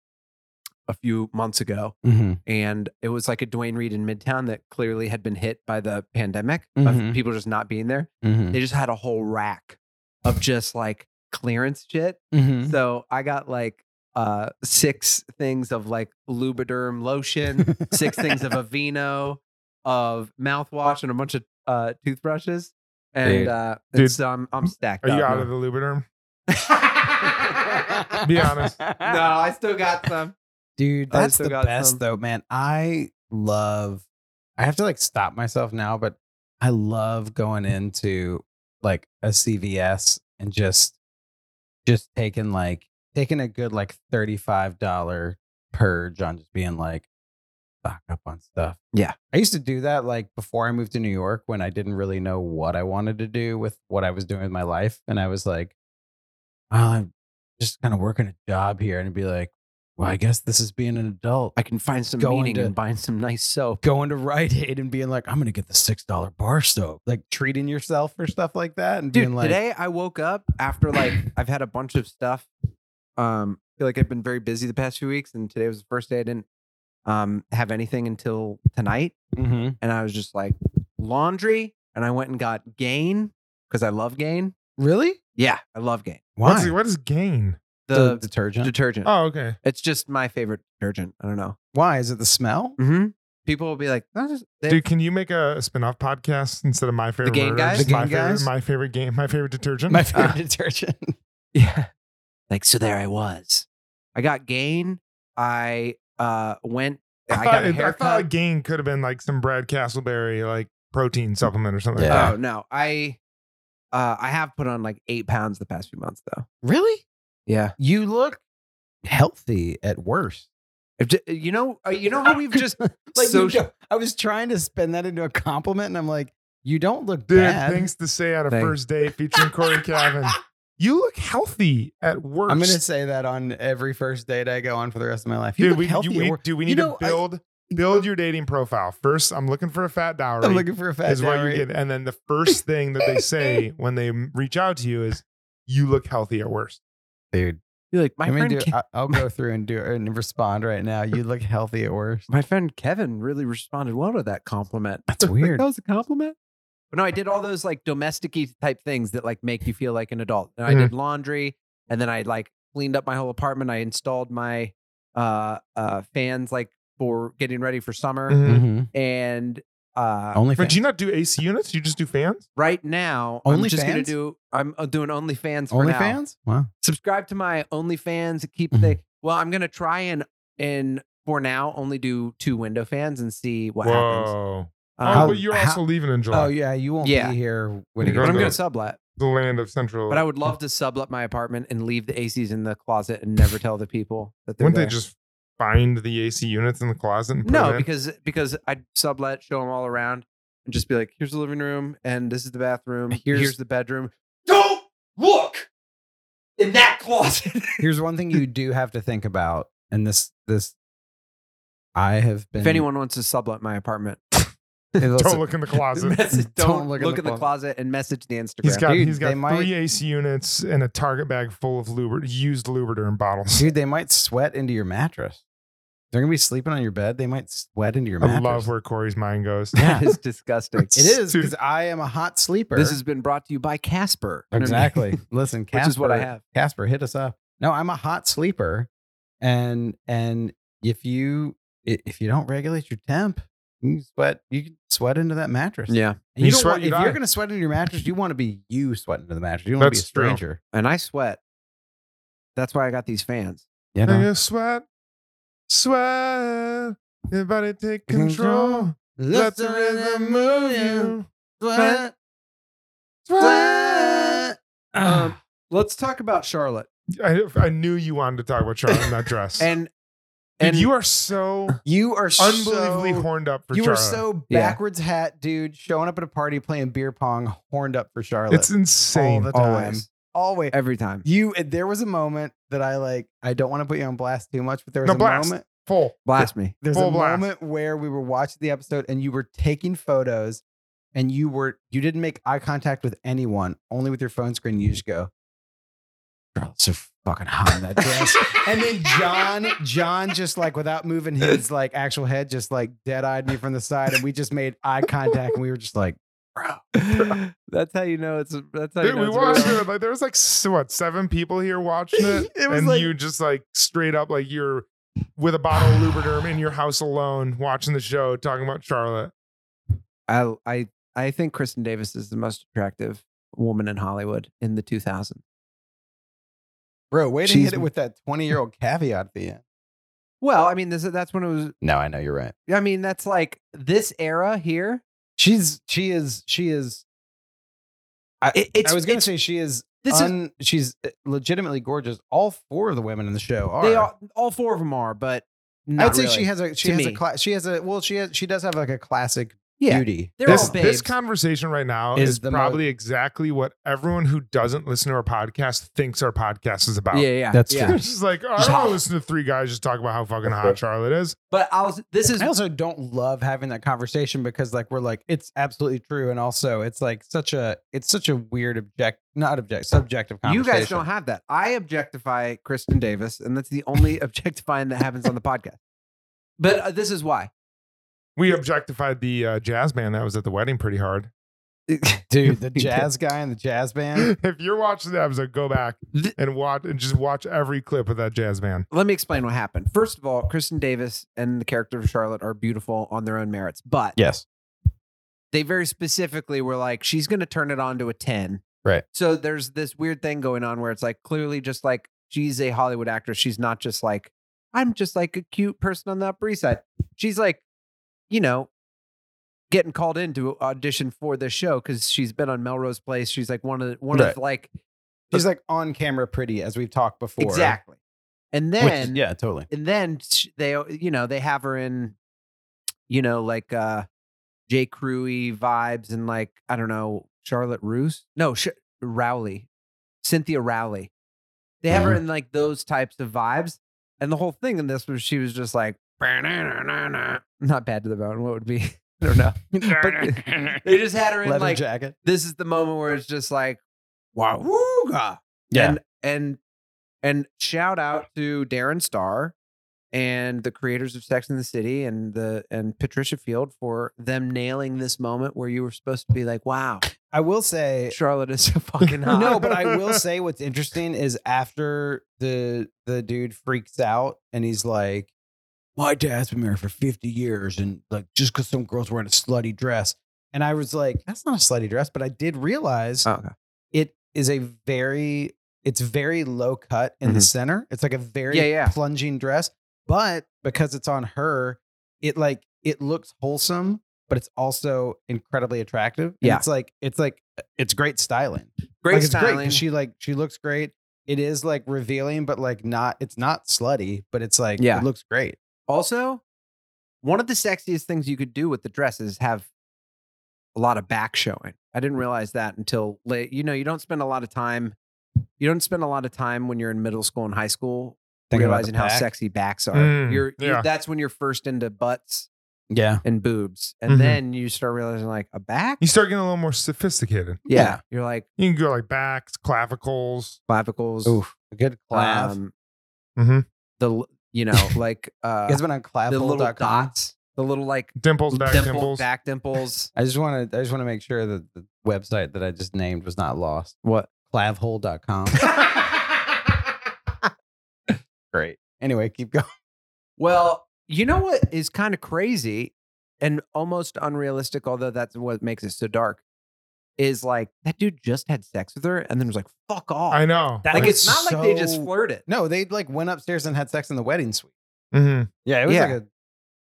[SPEAKER 8] a few months ago
[SPEAKER 7] Mhm.
[SPEAKER 8] and it was like a dwayne reed in midtown that clearly had been hit by the pandemic
[SPEAKER 7] Mhm.
[SPEAKER 1] Mm-hmm.
[SPEAKER 8] of people just not being there
[SPEAKER 7] Mhm.
[SPEAKER 8] they just had a whole rack of just like clearance shit
[SPEAKER 7] Mhm.
[SPEAKER 8] So I got like uh six things of like Lubiderm lotion, six things of Aveeno, of mouthwash, and a bunch of uh toothbrushes. And
[SPEAKER 7] Dude.
[SPEAKER 8] uh and
[SPEAKER 9] Dude.
[SPEAKER 8] so I'm I'm stacked.
[SPEAKER 9] Are you
[SPEAKER 8] up
[SPEAKER 9] out
[SPEAKER 8] now.
[SPEAKER 9] of the Lubriderm?
[SPEAKER 8] no,
[SPEAKER 9] Be honest.
[SPEAKER 8] I still got some.
[SPEAKER 7] Dude,
[SPEAKER 8] I
[SPEAKER 7] that's
[SPEAKER 8] Oh, still
[SPEAKER 7] the
[SPEAKER 8] got
[SPEAKER 7] best
[SPEAKER 8] some.
[SPEAKER 7] though, man. I love I have to like stop myself now, but I love going into like a CVS and just just taking like taking a good like $35 purge on just being like stock up on stuff.
[SPEAKER 8] Yeah.
[SPEAKER 7] I used to do that like before I moved to New York when I didn't really know what I wanted to do with what I was doing with my life. And I was like, oh, I'm just kind of working a job here and it'd be like, well, I guess this is being an adult.
[SPEAKER 8] I can find some
[SPEAKER 7] Going
[SPEAKER 8] meaning
[SPEAKER 7] to-
[SPEAKER 8] and buying some nice soap.
[SPEAKER 7] Going to Rite Aid and being like, I'm going to get the $6 bar soap, like treating yourself for stuff like that. And
[SPEAKER 8] Dude,
[SPEAKER 7] being like,
[SPEAKER 8] today I woke up after like I've had a bunch of stuff. Um, I feel like I've been very busy the past few weeks, and today was the first day I didn't um have anything until tonight.
[SPEAKER 7] Mhm.
[SPEAKER 8] And I was just like laundry, and I went and got Gain because I love Gain.
[SPEAKER 7] really?
[SPEAKER 8] Yeah, I love Gain.
[SPEAKER 9] What's,
[SPEAKER 7] Why?
[SPEAKER 9] what is gain?
[SPEAKER 8] The,
[SPEAKER 7] detergent?
[SPEAKER 8] detergent.
[SPEAKER 9] Oh, okay.
[SPEAKER 8] It's just my favorite detergent. I don't know.
[SPEAKER 7] Why? Is it the smell?
[SPEAKER 8] Mm-hmm. People will be like, "That is- they-
[SPEAKER 9] Dude, can you make a spin-off podcast instead of my favorite
[SPEAKER 8] Gain
[SPEAKER 9] murder?
[SPEAKER 8] Guys?
[SPEAKER 9] Just
[SPEAKER 7] The
[SPEAKER 9] my
[SPEAKER 7] Gain Guys?
[SPEAKER 9] favorite my favorite game, my favorite detergent.
[SPEAKER 7] My favorite
[SPEAKER 8] Ah.
[SPEAKER 7] detergent.
[SPEAKER 8] Yeah. Like, so there I was. I got gain. I uh went I got
[SPEAKER 9] thought,
[SPEAKER 8] a
[SPEAKER 9] I thought
[SPEAKER 8] haircut.
[SPEAKER 9] gain could have been like some Brad Castleberry like protein supplement or something.
[SPEAKER 7] Mm. Yeah.
[SPEAKER 9] Like
[SPEAKER 8] Oh
[SPEAKER 9] that.
[SPEAKER 8] no. I uh I have put on like eight pounds the past few months though.
[SPEAKER 7] Really?
[SPEAKER 8] Yeah.
[SPEAKER 7] You look healthy at worst.
[SPEAKER 8] If j- you know uh, you know how we've just
[SPEAKER 7] Like
[SPEAKER 8] So-
[SPEAKER 7] you don't- I was trying to spin that into a compliment, and I'm like, you don't look
[SPEAKER 9] Dude,
[SPEAKER 7] bad.
[SPEAKER 9] things to say at a
[SPEAKER 8] Thanks.
[SPEAKER 9] first date featuring Corey Cavan. You look healthy at worst.
[SPEAKER 7] I'm gonna say that on every first date I go on for the rest of my life.
[SPEAKER 9] Dude,
[SPEAKER 7] You look
[SPEAKER 9] we, you-
[SPEAKER 7] healthy. at
[SPEAKER 9] we,
[SPEAKER 7] work.
[SPEAKER 9] dude, we
[SPEAKER 7] You
[SPEAKER 9] need
[SPEAKER 7] know,
[SPEAKER 9] to
[SPEAKER 7] I-
[SPEAKER 9] build build your dating profile. First, I'm looking for a fat dowry.
[SPEAKER 7] I'm looking for a fat
[SPEAKER 9] is what you
[SPEAKER 7] dowry.
[SPEAKER 9] get. And then the first thing that they say when they m- reach out to you is, "You look healthy at worst."
[SPEAKER 7] dude.
[SPEAKER 8] you're like my
[SPEAKER 7] I mean,
[SPEAKER 8] friend
[SPEAKER 7] do,
[SPEAKER 8] Ke-
[SPEAKER 7] I, I'll go through and do and respond right now. You look healthy at worst.
[SPEAKER 8] my friend Kevin really responded well to that compliment.
[SPEAKER 7] That's
[SPEAKER 8] Like,
[SPEAKER 7] weird.
[SPEAKER 8] that was a compliment. But no, I did all those like domestic type things that like make you feel like an adult. And I
[SPEAKER 7] Mm-hmm.
[SPEAKER 8] did laundry and then I like cleaned up my whole apartment. I installed my uh uh fans like for getting ready for
[SPEAKER 7] Mm-hmm.
[SPEAKER 8] summer. And uh
[SPEAKER 7] Only
[SPEAKER 9] But do you not do AC units? You just do fans.
[SPEAKER 8] right now I'm just gonna
[SPEAKER 7] OnlyFans?
[SPEAKER 8] do I'm uh, doing OnlyFans for
[SPEAKER 7] only
[SPEAKER 8] now.
[SPEAKER 7] fans. Wow.
[SPEAKER 8] Subscribe to my OnlyFans. Keep
[SPEAKER 7] Mhm.
[SPEAKER 8] the well, I'm gonna try and and for now only do two window fans and see what happens.
[SPEAKER 7] Uh,
[SPEAKER 9] Whoa!
[SPEAKER 8] Um,
[SPEAKER 9] oh, but you're
[SPEAKER 7] how-
[SPEAKER 9] also leaving in July.
[SPEAKER 7] Oh yeah, you won't
[SPEAKER 8] Yeah.
[SPEAKER 7] be here when
[SPEAKER 9] You're
[SPEAKER 7] it gets
[SPEAKER 8] but I'm
[SPEAKER 9] going
[SPEAKER 8] gonna
[SPEAKER 9] to-
[SPEAKER 8] sublet.
[SPEAKER 9] The land of central.
[SPEAKER 8] But I would love to sublet my apartment and leave the ACs in the closet and never tell the people that they're
[SPEAKER 9] Wouldn't
[SPEAKER 8] there.
[SPEAKER 9] they just find the AC units in the closet? And put
[SPEAKER 8] no,
[SPEAKER 9] them in?
[SPEAKER 8] because because I'd sublet, show them all around, and just be like, "Here's the living room, and this is the bathroom. Here's,
[SPEAKER 7] Here's-
[SPEAKER 8] the bedroom. Don't look in that closet."
[SPEAKER 7] Here's one thing you do have to think about, and this this I have been.
[SPEAKER 8] if anyone wants to sublet my apartment,
[SPEAKER 9] don't look in the closet.
[SPEAKER 8] message,
[SPEAKER 7] Don't
[SPEAKER 8] don't, look, in, the closet and message the Instagram.
[SPEAKER 9] He's got
[SPEAKER 7] Dude,
[SPEAKER 9] he's
[SPEAKER 7] they
[SPEAKER 9] got
[SPEAKER 7] might-
[SPEAKER 9] three AC units and a target bag full of lubric- used lubriderm bottles.
[SPEAKER 7] Dude, they might sweat into your mattress. They're gonna be sleeping on your bed. They might sweat into your
[SPEAKER 9] I
[SPEAKER 7] mattress.
[SPEAKER 9] love where Corey's mind goes.
[SPEAKER 8] that is disgusting.
[SPEAKER 7] it is
[SPEAKER 9] Dude.
[SPEAKER 7] because I am a hot sleeper.
[SPEAKER 8] This has been brought to you by Casper.
[SPEAKER 7] exactly. Listen, Casper,
[SPEAKER 8] Which is what I have.
[SPEAKER 7] Casper, hit us up. No, I'm a hot sleeper, and and if you i- if you don't regulate your temp, you can sweat. You can sweat into that mattress.
[SPEAKER 8] Yeah,
[SPEAKER 7] And you,
[SPEAKER 9] You
[SPEAKER 7] don't
[SPEAKER 9] sweat,
[SPEAKER 7] want,
[SPEAKER 9] you
[SPEAKER 7] if
[SPEAKER 9] die.
[SPEAKER 7] you're gonna sweat into your mattress, you want to be you sweating into the mattress. You don't want to be a
[SPEAKER 9] That's true.
[SPEAKER 7] stranger.
[SPEAKER 8] and I sweat. That's why I got these fans.
[SPEAKER 7] You know?
[SPEAKER 9] Nigga, sweat, sweat. Everybody take control. Let the rhythm move you.
[SPEAKER 7] Sweat,
[SPEAKER 9] Sweat.
[SPEAKER 8] Um, let's talk about Charlotte
[SPEAKER 9] I, I knew you wanted to talk about Charlotte in that dress.
[SPEAKER 8] and
[SPEAKER 9] Dude,
[SPEAKER 8] and
[SPEAKER 9] you are so
[SPEAKER 7] You are
[SPEAKER 9] unbelievably
[SPEAKER 7] so,
[SPEAKER 9] horned up for
[SPEAKER 7] You are
[SPEAKER 9] Charlotte.
[SPEAKER 7] so
[SPEAKER 8] Yeah.
[SPEAKER 7] backwards hat, dude, showing up at a party playing beer pong, horned up for Charlotte.
[SPEAKER 9] it's insane.
[SPEAKER 7] all the time.
[SPEAKER 9] Always.
[SPEAKER 7] Always.
[SPEAKER 8] every time.
[SPEAKER 7] You there was a moment that I like I don't want to put you on blast too much, but there was
[SPEAKER 9] No,
[SPEAKER 7] a
[SPEAKER 9] blast.
[SPEAKER 7] moment
[SPEAKER 9] Full.
[SPEAKER 8] Blast me.
[SPEAKER 7] there's
[SPEAKER 9] Full
[SPEAKER 7] a
[SPEAKER 9] blast.
[SPEAKER 7] moment where we were watching the episode and you were taking photos and you were you didn't make eye contact with anyone, only with your phone screen. You just go, Charlotte's so fucking hot in that dress. and then John, John just like without moving his like actual head, just like dead eyed me from the side, and we just made eye contact and we were just like,
[SPEAKER 8] that's how you know it's. That's how
[SPEAKER 9] Dude,
[SPEAKER 8] you
[SPEAKER 9] we
[SPEAKER 8] know
[SPEAKER 9] watched
[SPEAKER 8] it's real.
[SPEAKER 9] it. Like there was like s- what seven people here watching it,
[SPEAKER 7] It was
[SPEAKER 9] and
[SPEAKER 7] like-
[SPEAKER 9] you just like straight up like you're with a bottle of Lubriderm in your house alone, watching the show, talking about Charlotte.
[SPEAKER 8] I I I think Kristen Davis is the most attractive woman in Hollywood in the 2000s.
[SPEAKER 7] Bro, way to
[SPEAKER 8] She's-
[SPEAKER 7] hit it with that 20 year old caveat at the end.
[SPEAKER 8] Well, I mean, this that's when it was.
[SPEAKER 7] No, I know you're right.
[SPEAKER 8] I mean, that's like this era here.
[SPEAKER 7] She's she is she is
[SPEAKER 8] It, it's,
[SPEAKER 7] I was gonna
[SPEAKER 8] it's-
[SPEAKER 7] say she is
[SPEAKER 8] this is
[SPEAKER 7] un- eh, she's legitimately gorgeous. All four of the women in the show are
[SPEAKER 8] they all all four of them are, but
[SPEAKER 7] I'd say she has a she
[SPEAKER 8] to
[SPEAKER 7] has a
[SPEAKER 8] me.
[SPEAKER 7] cla- she has a well she has she does have like a classic
[SPEAKER 8] Yeah.
[SPEAKER 7] beauty.
[SPEAKER 8] They're
[SPEAKER 9] this,
[SPEAKER 8] all babes.
[SPEAKER 9] this conversation right now
[SPEAKER 7] Is
[SPEAKER 9] is,
[SPEAKER 7] the mo-
[SPEAKER 9] probably exactly what everyone who doesn't listen to our podcast thinks our podcast is about.
[SPEAKER 8] yeah, yeah,
[SPEAKER 7] That's
[SPEAKER 8] yeah.
[SPEAKER 7] true.
[SPEAKER 9] It's just like, oh, I
[SPEAKER 8] Just
[SPEAKER 9] don't want
[SPEAKER 8] hot.
[SPEAKER 9] to listen to three guys just talk about how fucking hot Charlotte is.
[SPEAKER 8] But I was. This is
[SPEAKER 7] I also don't love having that conversation because like we're like it's absolutely true and also it's like such a it's such a weird object not object subjective
[SPEAKER 8] you
[SPEAKER 7] conversation.
[SPEAKER 8] guys don't have that. I objectify Kristen Davis, and that's the only objectifying that happens on the podcast. But uh, this is why.
[SPEAKER 9] We objectified the uh, jazz band that was at the wedding pretty hard.
[SPEAKER 7] dude the jazz guy and the jazz band.
[SPEAKER 9] if you're watching that episode, go back
[SPEAKER 8] Th-
[SPEAKER 9] and watch and just watch every clip of that jazz band.
[SPEAKER 8] Let me explain what happened. First of all, Kristen Davis and the character of Charlotte are beautiful on their own merits, but
[SPEAKER 7] Yes.
[SPEAKER 8] they very specifically were like, she's going to turn it on to a 10.
[SPEAKER 7] Right.
[SPEAKER 8] So there's this weird thing going on where it's like clearly just like she's a Hollywood actress. She's not just like, I'm just like a cute person on the Upper East Side. She's like, you know, getting called in to audition for this show because she's been on Melrose Place. She's like one of the, one
[SPEAKER 7] Right.
[SPEAKER 8] of like
[SPEAKER 7] She's like on camera pretty as we've talked before.
[SPEAKER 8] exactly. And
[SPEAKER 7] Which-
[SPEAKER 8] then
[SPEAKER 7] yeah, totally.
[SPEAKER 8] and then sh- they uh, you know they have her in you know like uh j crewy vibes and like i don't know charlotte roos no sh- rowley cynthia rowley they have her in like those types of vibes and the whole thing in this was she was just like not bad to the bone what would be i don't know but they just had her in
[SPEAKER 7] Leather
[SPEAKER 8] like
[SPEAKER 7] jacket.
[SPEAKER 8] this is the moment where it's just like wow
[SPEAKER 7] Yeah.
[SPEAKER 8] and and and shout out to darren starr and the creators of sex in the city and the and patricia field for them nailing this moment where you were supposed to be like wow
[SPEAKER 7] I will say
[SPEAKER 8] charlotte is so fucking hot
[SPEAKER 7] no, but I will say what's interesting is after the the dude freaks out and he's like, "My dad's been married for fifty years, and like just because some girls wearing a slutty dress," and I was like, "That's not a slutty dress," but I did realize
[SPEAKER 8] Oh, okay.
[SPEAKER 7] it is a very it's very low cut in the
[SPEAKER 8] Mhm.
[SPEAKER 7] center. It's like a very
[SPEAKER 8] Yeah, yeah.
[SPEAKER 7] plunging dress, but because it's on her, it like it looks wholesome, but it's also incredibly attractive. And
[SPEAKER 8] Yeah.
[SPEAKER 7] it's like it's like uh, it's great styling.
[SPEAKER 8] great
[SPEAKER 7] Like, it's great 'cause
[SPEAKER 8] styling
[SPEAKER 7] She like she looks great. It is like revealing, but like not. It's not slutty, but it's like
[SPEAKER 8] Yeah.
[SPEAKER 7] it looks great.
[SPEAKER 8] also one of the sexiest things you could do with the dress is have a lot of back showing i didn't realize that until late you know you don't spend a lot of time you don't spend a lot of time when you're in middle school and high school
[SPEAKER 7] Thinking about
[SPEAKER 8] realizing
[SPEAKER 7] the
[SPEAKER 8] how
[SPEAKER 7] back.
[SPEAKER 8] sexy backs are.
[SPEAKER 9] Mm,
[SPEAKER 8] you're, you're-
[SPEAKER 9] yeah.
[SPEAKER 8] that's when you're first into butts
[SPEAKER 7] Yeah,
[SPEAKER 8] and boobs, and
[SPEAKER 9] Mhm.
[SPEAKER 7] Mm-hmm.
[SPEAKER 8] then you start realizing like a back.
[SPEAKER 9] You start getting a little more sophisticated.
[SPEAKER 8] yeah.
[SPEAKER 7] Yeah.
[SPEAKER 8] you're like
[SPEAKER 9] You can go like backs, clavicles.
[SPEAKER 8] clavicles.
[SPEAKER 7] Oof. a good clav. Mm-hmm.
[SPEAKER 8] Um,
[SPEAKER 9] Mhm.
[SPEAKER 8] The l- you know like uh,
[SPEAKER 7] you guys been on
[SPEAKER 8] the little
[SPEAKER 7] clavhole.com?
[SPEAKER 8] dots, the little like
[SPEAKER 9] Dimples, back
[SPEAKER 8] dimple,
[SPEAKER 9] dimples.
[SPEAKER 8] back dimples.
[SPEAKER 7] I just want to. I just want to make sure that the website that I just named was not lost.
[SPEAKER 8] What?
[SPEAKER 7] Clavhole.com. great. Anyway, keep going.
[SPEAKER 8] Well, you know what is kind of crazy and almost unrealistic, although that's what makes it so dark, is like that dude just had sex with her and then was like, fuck off.
[SPEAKER 9] I know.
[SPEAKER 8] like
[SPEAKER 7] That's
[SPEAKER 8] it's not like they
[SPEAKER 7] so-
[SPEAKER 8] just flirted.
[SPEAKER 7] No, they like went upstairs and had sex in the wedding suite.
[SPEAKER 9] hmm
[SPEAKER 7] Yeah, it was
[SPEAKER 8] Yeah.
[SPEAKER 7] like a,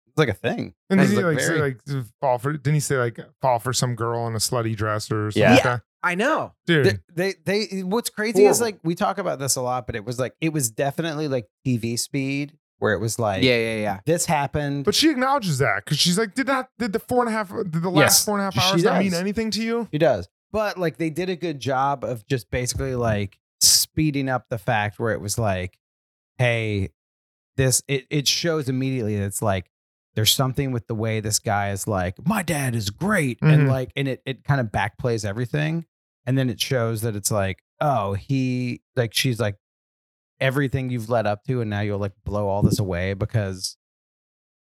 [SPEAKER 7] it's like a thing.
[SPEAKER 9] And
[SPEAKER 7] Guys
[SPEAKER 9] did he
[SPEAKER 7] look
[SPEAKER 9] like say
[SPEAKER 7] very-
[SPEAKER 9] like fall for? Didn't he say like fall for some girl in a slutty dress or something?
[SPEAKER 7] Yeah.
[SPEAKER 9] like that?
[SPEAKER 8] I know.
[SPEAKER 9] dude.
[SPEAKER 7] Th- They, they, what's crazy is
[SPEAKER 8] Horrible.
[SPEAKER 7] like we talk about this a lot, but it was like it was definitely like TV speed where it was like
[SPEAKER 8] Yeah, yeah, yeah.
[SPEAKER 7] this happened.
[SPEAKER 9] but she acknowledges that because she's like, did not did the four and a half did the last
[SPEAKER 7] Yes,
[SPEAKER 9] four and a half
[SPEAKER 7] she
[SPEAKER 9] hours not
[SPEAKER 7] does.
[SPEAKER 9] mean anything to you?
[SPEAKER 7] She does. But like they did a good job of just basically like speeding up the fact where it was like, hey, this it, it shows immediately that it's like there's something with the way this guy is like, my dad is great. And
[SPEAKER 9] Mhm.
[SPEAKER 7] like and it it kind of backplays everything. And then it shows that it's like, oh, he like she's like everything you've led up to, and now you'll like blow all this away because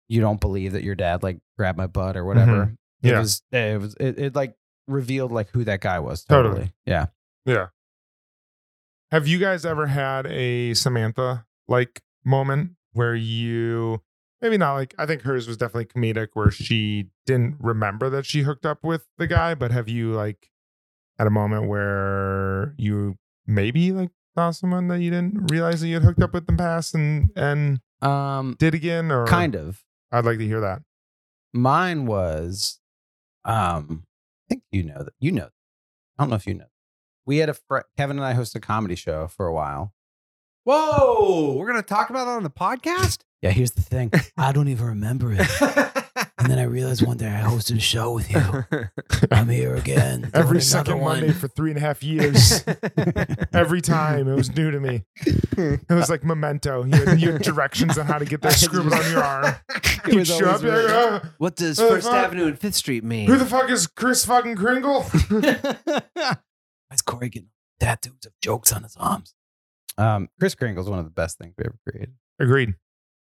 [SPEAKER 7] you don't believe that your dad like grabbed my butt or whatever. It
[SPEAKER 9] Yeah.
[SPEAKER 7] was it was it, it like revealed like who that guy was totally.
[SPEAKER 9] Totally.
[SPEAKER 7] Yeah.
[SPEAKER 9] Have you guys ever had a Samantha like moment where you maybe not like I think hers was definitely comedic where she didn't remember that she hooked up with the guy, but have you like had a moment where you maybe like saw someone that you didn't realize that you had hooked up with in the past and and
[SPEAKER 7] Um
[SPEAKER 9] did again or
[SPEAKER 7] kind of.
[SPEAKER 9] I'd like to hear that.
[SPEAKER 7] Mine was um I think you know that you know. I don't know if you know. We had a fr- Kevin and I hosted a comedy show for a while.
[SPEAKER 8] Whoa, we're gonna talk about that on the podcast?
[SPEAKER 1] Yeah, here's the thing. I don't even remember it. And then I realized one day I hosted a show with you. I'm here again. doing another
[SPEAKER 9] Every second
[SPEAKER 1] one.
[SPEAKER 9] Monday for three and a half years. Every time it was new to me. It was like memento. You had, you had directions on how to get that scribbled on your arm.
[SPEAKER 8] It
[SPEAKER 9] You'd
[SPEAKER 8] was
[SPEAKER 9] show up,
[SPEAKER 8] always
[SPEAKER 9] you're like,
[SPEAKER 8] written.
[SPEAKER 9] "Ah,
[SPEAKER 8] What does
[SPEAKER 9] Uh,
[SPEAKER 8] First
[SPEAKER 9] uh,
[SPEAKER 8] Avenue and Fifth Street mean?
[SPEAKER 9] who the fuck is Chris fucking Kringle?
[SPEAKER 1] Why is Corey getting tattoos of jokes on his arms?
[SPEAKER 7] Um, Chris Kringle's one of the best things we ever created.
[SPEAKER 9] Agreed.
[SPEAKER 7] It's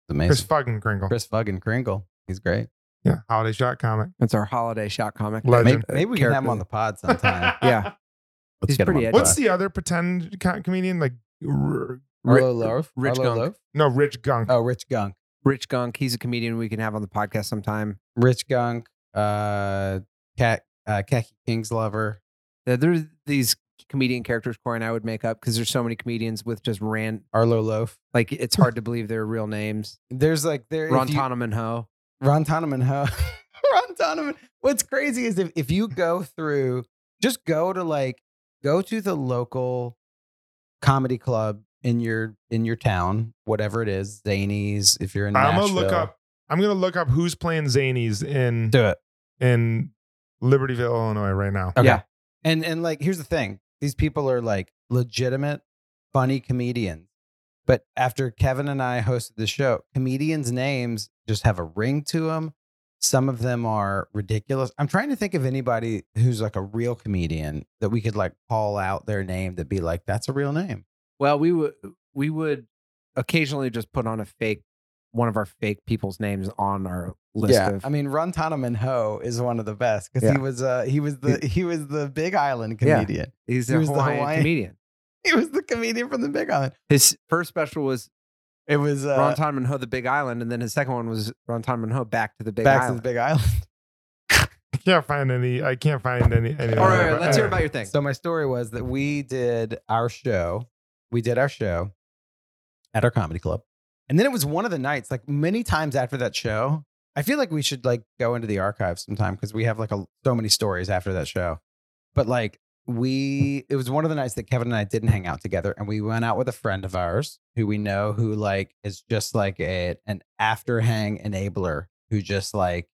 [SPEAKER 9] Chris
[SPEAKER 7] amazing.
[SPEAKER 9] fucking Kringle.
[SPEAKER 7] Chris, fucking Kringle. He's great.
[SPEAKER 9] Yeah. Holiday shot comic.
[SPEAKER 8] That's our holiday shot comic.
[SPEAKER 9] Legend.
[SPEAKER 7] Maybe, maybe we can have him on the pod sometime.
[SPEAKER 8] Yeah.
[SPEAKER 7] Let's
[SPEAKER 8] He's
[SPEAKER 7] get him
[SPEAKER 8] pretty
[SPEAKER 7] on
[SPEAKER 8] edgy.
[SPEAKER 7] the
[SPEAKER 9] What's
[SPEAKER 7] pod.
[SPEAKER 9] the other pretend co- comedian? Like, r-
[SPEAKER 7] Arlo Loaf?
[SPEAKER 8] Rich
[SPEAKER 7] Arlo
[SPEAKER 8] Gunk.
[SPEAKER 7] Loaf?
[SPEAKER 9] no, Rich Gunk.
[SPEAKER 7] Oh, Rich Gunk.
[SPEAKER 8] Rich Gunk, he's a comedian we can have on the podcast sometime.
[SPEAKER 7] Rich Gunk, uh, Cat, uh, Khaki King's Lover.
[SPEAKER 8] There- There's these comedian characters Corey and I would make up because there's so many comedians with just ran
[SPEAKER 7] Arlo Loaf.
[SPEAKER 8] like it's hard to believe their real names.
[SPEAKER 7] There's like there. if
[SPEAKER 8] Ron
[SPEAKER 7] you-
[SPEAKER 8] Toneman Ho.
[SPEAKER 7] Ron Toneman. Huh? Ron Toneman. What's crazy is if, if you go through, just go to like, go to the local comedy club in your in your town, whatever it is, Zanies. If you're in,
[SPEAKER 9] I'm
[SPEAKER 7] Nashville.
[SPEAKER 9] gonna look up. I'm gonna look up who's playing Zanies in
[SPEAKER 7] Do it.
[SPEAKER 9] in Libertyville, Illinois, right now.
[SPEAKER 7] Okay.
[SPEAKER 8] Yeah.
[SPEAKER 7] And and like, here's the thing: these people are like legitimate, funny comedians. But after Kevin and I hosted the show, comedians' names just have a ring to them. Some of them are ridiculous. I'm trying to think of anybody who's like a real comedian that we could like call out their name to be like, that's a real name.
[SPEAKER 8] Well, we would we would occasionally just put on a fake one of our fake people's names on our list of
[SPEAKER 7] I mean, Ron Toneman Ho is one of the best because
[SPEAKER 8] Yeah.
[SPEAKER 7] he was uh he was the he was the Big Island
[SPEAKER 8] Yeah.
[SPEAKER 7] comedian.
[SPEAKER 8] he's
[SPEAKER 7] he
[SPEAKER 8] a
[SPEAKER 7] was the
[SPEAKER 8] Hawaiian,
[SPEAKER 7] Hawaiian-
[SPEAKER 8] comedian.
[SPEAKER 7] He was the comedian from the Big Island.
[SPEAKER 8] His first special was
[SPEAKER 7] It was uh,
[SPEAKER 8] Ron Toneman Ho, The Big Island, and then his second one was Ron Toneman Ho, Back to the Big
[SPEAKER 7] back to
[SPEAKER 8] Island.
[SPEAKER 7] the Big Island.
[SPEAKER 9] I can't find any. I can't find any. any
[SPEAKER 8] All right, all right, let's hear about your thing.
[SPEAKER 7] So my story was that we did our show. We did our show at our comedy club. And then it was one of the nights, like many times after that show. I feel like we should like go into the archive sometime because we have like a, so many stories after that show. But like we it was one of the nights that Kevin and I didn't hang out together and we went out with a friend of ours who we know who like is just like a an after hang enabler who just like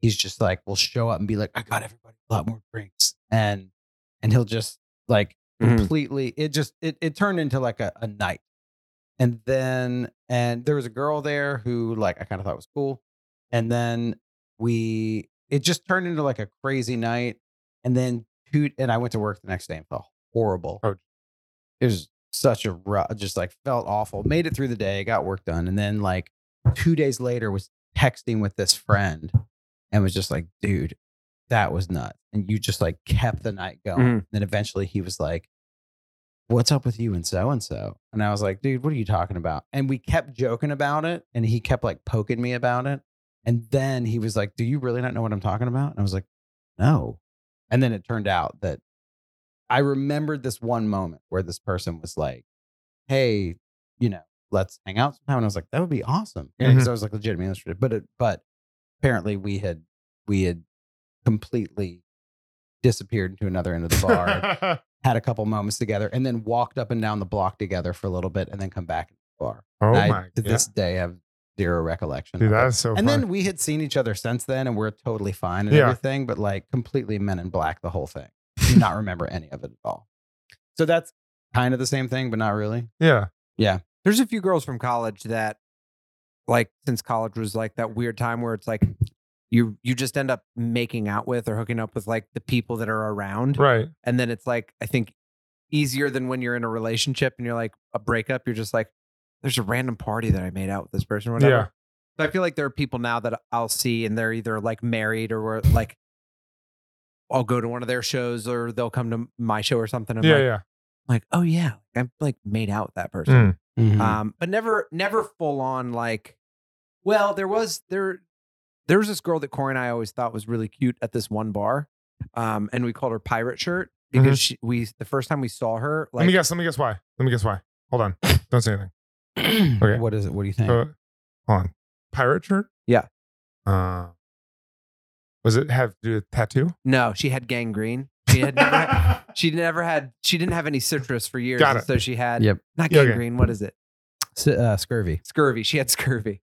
[SPEAKER 7] he's just like will show up and be like I got everybody a lot more drinks and and he'll just like
[SPEAKER 8] Mhm.
[SPEAKER 7] completely it just it, it turned into like a, a night and then and there was a girl there who like i kind of thought was cool and then we it just turned into like a crazy night and then two and i went to work the next day and felt horrible
[SPEAKER 9] Oh.
[SPEAKER 7] it was such a rough just like felt awful made it through the day got work done and then like two days later was texting with this friend and was just like dude that was nuts and you just like kept the night going
[SPEAKER 8] Mhm.
[SPEAKER 7] then eventually he was like what's up with you and so and so? And I was like, dude, what are you talking about? And we kept joking about it and he kept like poking me about it. And then he was like, do you really not know what I'm talking about? And I was like, no. And then it turned out that I remembered this one moment where this person was like, hey, you know, let's hang out sometime. And I was like, that would be awesome. Because I was like legitimately interested. But it, but apparently we had we had completely disappeared into another end of the bar had a couple moments together, and then walked up and down the block together for a little bit, and then come back to the bar.
[SPEAKER 9] oh
[SPEAKER 7] And I,
[SPEAKER 9] my
[SPEAKER 7] to
[SPEAKER 9] god,
[SPEAKER 7] this day, have zero recollection.
[SPEAKER 9] dude,
[SPEAKER 7] of it.
[SPEAKER 9] that's so.
[SPEAKER 7] and
[SPEAKER 9] fun.
[SPEAKER 7] then we had seen each other since then, and we're totally fine and
[SPEAKER 9] Yeah.
[SPEAKER 7] everything, but like completely Men in Black, the whole thing. Do not remember any of it at all. So that's kind of the same thing, but not really.
[SPEAKER 9] yeah,
[SPEAKER 8] There's a few girls from college that, like, since college was like that weird time where it's like you you just end up making out with or hooking up with like the people that are around,
[SPEAKER 9] right.
[SPEAKER 8] and then it's like I think easier than when you're in a relationship and you're like a breakup. You're just like, there's a random party that I made out with this person, or whatever.
[SPEAKER 9] Yeah.
[SPEAKER 8] So I feel like there are people now that I'll see and they're either like married or we're like. I'll go to one of their shows or they'll come to my show or something. I'm
[SPEAKER 9] yeah,
[SPEAKER 8] like,
[SPEAKER 9] yeah.
[SPEAKER 8] like, oh yeah, I'm like made out with that person.
[SPEAKER 9] Mm.
[SPEAKER 7] Uh,
[SPEAKER 8] um but never never full on like well there was there there was this girl that corey and i always thought was really cute at this one bar um and we called her pirate shirt because she, we the first time we saw her
[SPEAKER 9] Mm-hmm. let
[SPEAKER 8] like
[SPEAKER 9] me guess. Let me guess why. Let me guess why. Hold on. Don't say anything. Okay.
[SPEAKER 7] What is it? What do you think?
[SPEAKER 9] Uh, hold on. Pirate shirt.
[SPEAKER 8] Yeah.
[SPEAKER 9] Uh, was it have to do with tattoo?
[SPEAKER 8] no she had gangrene she had never had, she never had she didn't have any citrus for years
[SPEAKER 9] Got
[SPEAKER 8] and
[SPEAKER 9] it.
[SPEAKER 8] so she had
[SPEAKER 7] Yep.
[SPEAKER 8] not
[SPEAKER 9] Yeah, okay.
[SPEAKER 8] gangrene what is it
[SPEAKER 7] S- uh, scurvy.
[SPEAKER 8] scurvy she had scurvy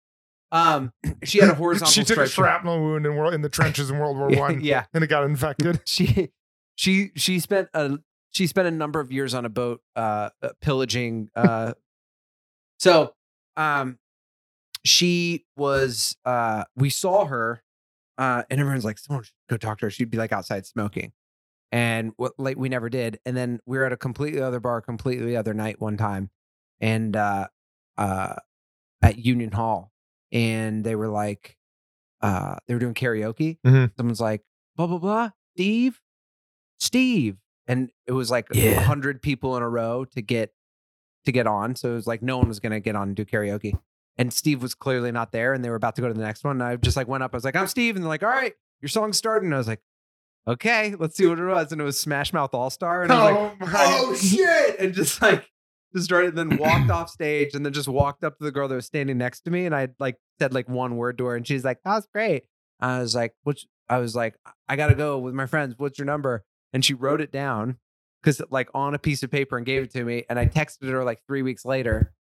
[SPEAKER 8] Um, she had a horizontal.
[SPEAKER 9] she took a
[SPEAKER 8] stripe through-
[SPEAKER 9] shrapnel wound in, world, in the trenches in World War One,
[SPEAKER 8] Yeah,
[SPEAKER 9] and it got infected.
[SPEAKER 8] she she she spent a she spent a number of years on a boat uh uh, pillaging uh so um she was uh we saw her uh and everyone's like someone should go talk to her she'd be like outside smoking and what like we never did and then we were at a completely other bar completely other night one time and uh uh at union hall and they were like uh they were doing karaoke
[SPEAKER 9] Mhm.
[SPEAKER 8] someone's like blah blah blah steve steve and it was like a
[SPEAKER 1] Yeah.
[SPEAKER 8] 100 people in a row to get to get on so it was like no one was gonna get on and do karaoke and steve was clearly not there and they were about to go to the next one and i just like went up i was like i'm steve and they're like all right your song's started and i was like okay let's see what it was and it was smash mouth all star and i was like oh shit and just like just started then walked off stage and then just walked up to the girl that was standing next to me and i like said like one word to her and she's like that was great i was like what's i was like i gotta go with my friends what's your number and she wrote it down because like on a piece of paper and gave it to me and i texted her like three weeks later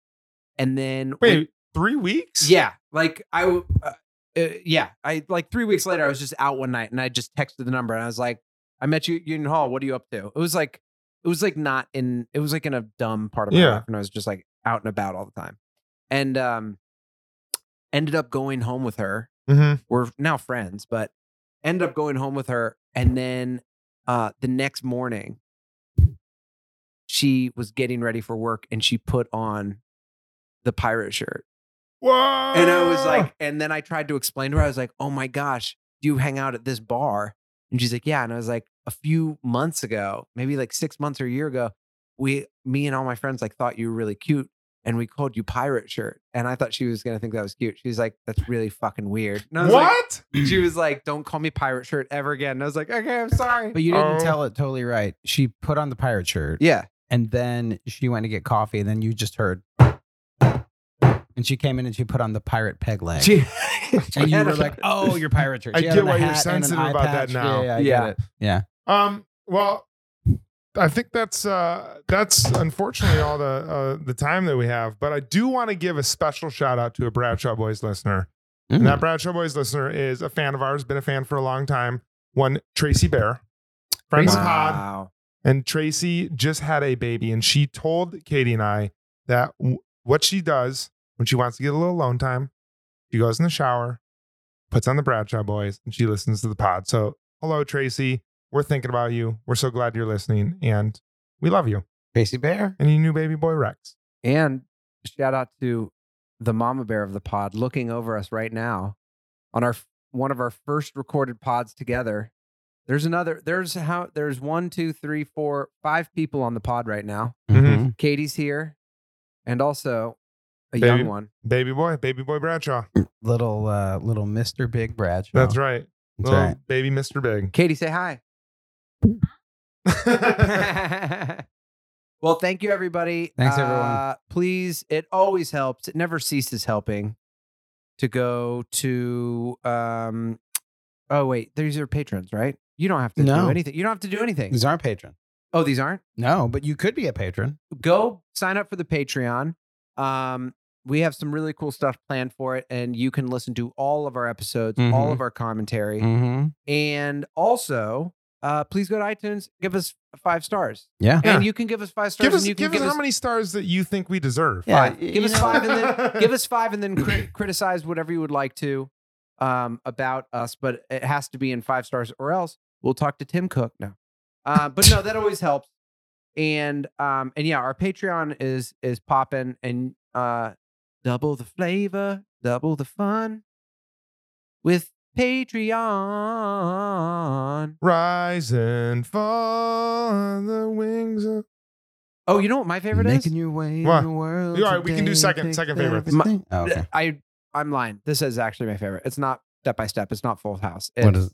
[SPEAKER 8] and then we-
[SPEAKER 9] Wait, three weeks?
[SPEAKER 8] yeah, like I, w- uh, uh, yeah, I like three weeks later, I was just out one night and I just texted the number and I was like, "I met you at Union Hall. What are you up to?" It was like, it was like not in, it was like in a dumb part of my
[SPEAKER 9] Yeah.
[SPEAKER 8] life, and I was just like out and about all the time, and um, ended up going home with her.
[SPEAKER 9] hmm
[SPEAKER 8] We're now friends, but ended up going home with her, and then uh, the next morning, she was getting ready for work and she put on the pirate shirt.
[SPEAKER 9] Whoa!
[SPEAKER 8] And I
[SPEAKER 7] Oh.
[SPEAKER 8] was like, and then I tried to explain to her, I was like, oh my gosh, do you hang out at this bar? And she's like, yeah. And I was like, a few months ago, maybe like six months or a year ago, we, me and all my friends like thought you were really cute and we called you pirate shirt. And I thought she was going to think that was cute. She's like, that's really fucking weird. And I was like-
[SPEAKER 9] what?
[SPEAKER 8] she was like, don't call me pirate shirt ever again. And I was like, okay, I'm sorry.
[SPEAKER 7] But you didn't
[SPEAKER 9] Oh.
[SPEAKER 7] tell it totally right. She put on the pirate shirt
[SPEAKER 8] yeah.
[SPEAKER 7] and then she went to get coffee and then you just heard. And she came in and she put on the pirate peg leg.
[SPEAKER 8] She,
[SPEAKER 7] and you were like, oh, your pirate shirt.
[SPEAKER 9] I
[SPEAKER 7] She had
[SPEAKER 9] get
[SPEAKER 7] on a
[SPEAKER 9] why you're
[SPEAKER 7] hat and an
[SPEAKER 9] sensitive
[SPEAKER 7] eye
[SPEAKER 9] about that
[SPEAKER 7] patch.
[SPEAKER 9] now.
[SPEAKER 7] Yeah, yeah, I
[SPEAKER 8] Yeah.
[SPEAKER 7] get it. Yeah.
[SPEAKER 9] Um. Well, I think that's uh that's unfortunately all the uh, the time that we have. But I do want to give a special shout out to a Bradshaw Boys listener, and that Bradshaw Boys listener is a fan of ours, been a fan for a long time. One Tracy Bear, friends of pod,
[SPEAKER 8] wow.
[SPEAKER 9] and Tracy just had a baby, and she told Katie and I that w- what she does when she wants to get a little alone time, she goes in the shower, puts on the Bradshaw Boys, and she listens to the pod. So, hello, Tracy. We're thinking about you. We're so glad you're listening, and we love you.
[SPEAKER 7] Tracy Bear.
[SPEAKER 9] And your new baby boy Rex.
[SPEAKER 8] And shout out to the mama bear of the pod looking over us right now on our one of our first recorded pods together. There's another. There's how. There's one, two, three, four, five people on the pod right now.
[SPEAKER 7] Mm-hmm.
[SPEAKER 9] Mhm.
[SPEAKER 8] Katie's here, and also a
[SPEAKER 9] Baby.
[SPEAKER 8] young one.
[SPEAKER 9] Baby boy, baby boy Bradshaw.
[SPEAKER 7] Little uh, little Mr. Big Bradshaw.
[SPEAKER 9] That's right.
[SPEAKER 7] That's
[SPEAKER 9] Little
[SPEAKER 7] right.
[SPEAKER 9] Baby Mr. Big.
[SPEAKER 8] Katie, say hi. well, thank you, everybody. Uh,
[SPEAKER 7] Thanks, everyone.
[SPEAKER 8] Please, it always helps. It never ceases helping to go to. um Oh wait, these are patrons, right? You don't have to do
[SPEAKER 7] No.
[SPEAKER 8] anything. You don't have to do anything.
[SPEAKER 7] He's our patron.
[SPEAKER 8] Oh, these aren't.
[SPEAKER 7] No, but you could be a patron.
[SPEAKER 8] Go sign up for the Patreon. Um, we have some really cool stuff planned for it, and you can listen to all of our episodes, all
[SPEAKER 7] Mhm.
[SPEAKER 8] of our commentary,
[SPEAKER 7] Mm-hmm.
[SPEAKER 8] and also. Uh, please go to iTunes, give us five stars,
[SPEAKER 7] Yeah.
[SPEAKER 8] and you can give us five stars.
[SPEAKER 9] give us,
[SPEAKER 8] and you can
[SPEAKER 9] give us how many stars that you think we deserve.
[SPEAKER 7] Yeah,
[SPEAKER 8] Five. Give us five and then give us five and then cri- criticize whatever you would like to um, about us, but it has to be in five stars or else we'll talk to Tim Cook now. Uh, but no, that always helps. And um, and yeah, our Patreon is is popping and uh, double the flavor, double the fun with Patreon.
[SPEAKER 9] Rise and fall on the wings of.
[SPEAKER 8] Oh, you know what my favorite is?
[SPEAKER 7] Making your way
[SPEAKER 9] What?
[SPEAKER 7] in the world.
[SPEAKER 9] All right, we can do
[SPEAKER 7] today,
[SPEAKER 9] second-
[SPEAKER 7] fix
[SPEAKER 9] second favorite.
[SPEAKER 7] everything. Oh, okay.
[SPEAKER 8] I I'm lying. This is actually my favorite. It's not step by step. It's not Full House.
[SPEAKER 7] What
[SPEAKER 8] It's
[SPEAKER 7] is-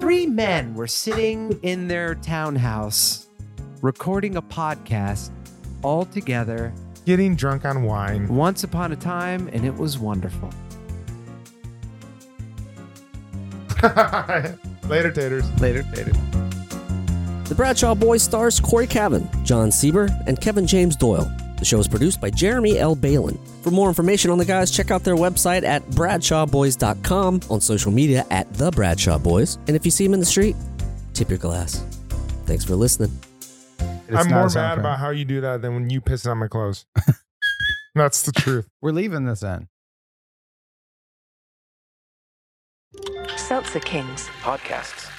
[SPEAKER 8] Three men were sitting in their townhouse recording a podcast all together
[SPEAKER 9] Getting drunk on wine.
[SPEAKER 8] once upon a time, and it was wonderful.
[SPEAKER 9] Later, taters.
[SPEAKER 7] Later, later.
[SPEAKER 2] The Bradshaw Boys stars Corey Cavan, John Sieber, and Kevin James Doyle. The show is produced by Jeremy L. Balin. For more information on the guys, check out their website at BradshawBoys.com, on social media at The Bradshaw Boys, and if you see them in the street, tip your glass. Thanks for listening.
[SPEAKER 7] It's
[SPEAKER 9] I'm
[SPEAKER 7] not
[SPEAKER 9] more
[SPEAKER 7] a soundtrack.
[SPEAKER 9] mad about how you do that than when you piss on my clothes. That's the truth.
[SPEAKER 7] We're leaving this in.
[SPEAKER 10] Seltzer Kings.
[SPEAKER 11] podcasts.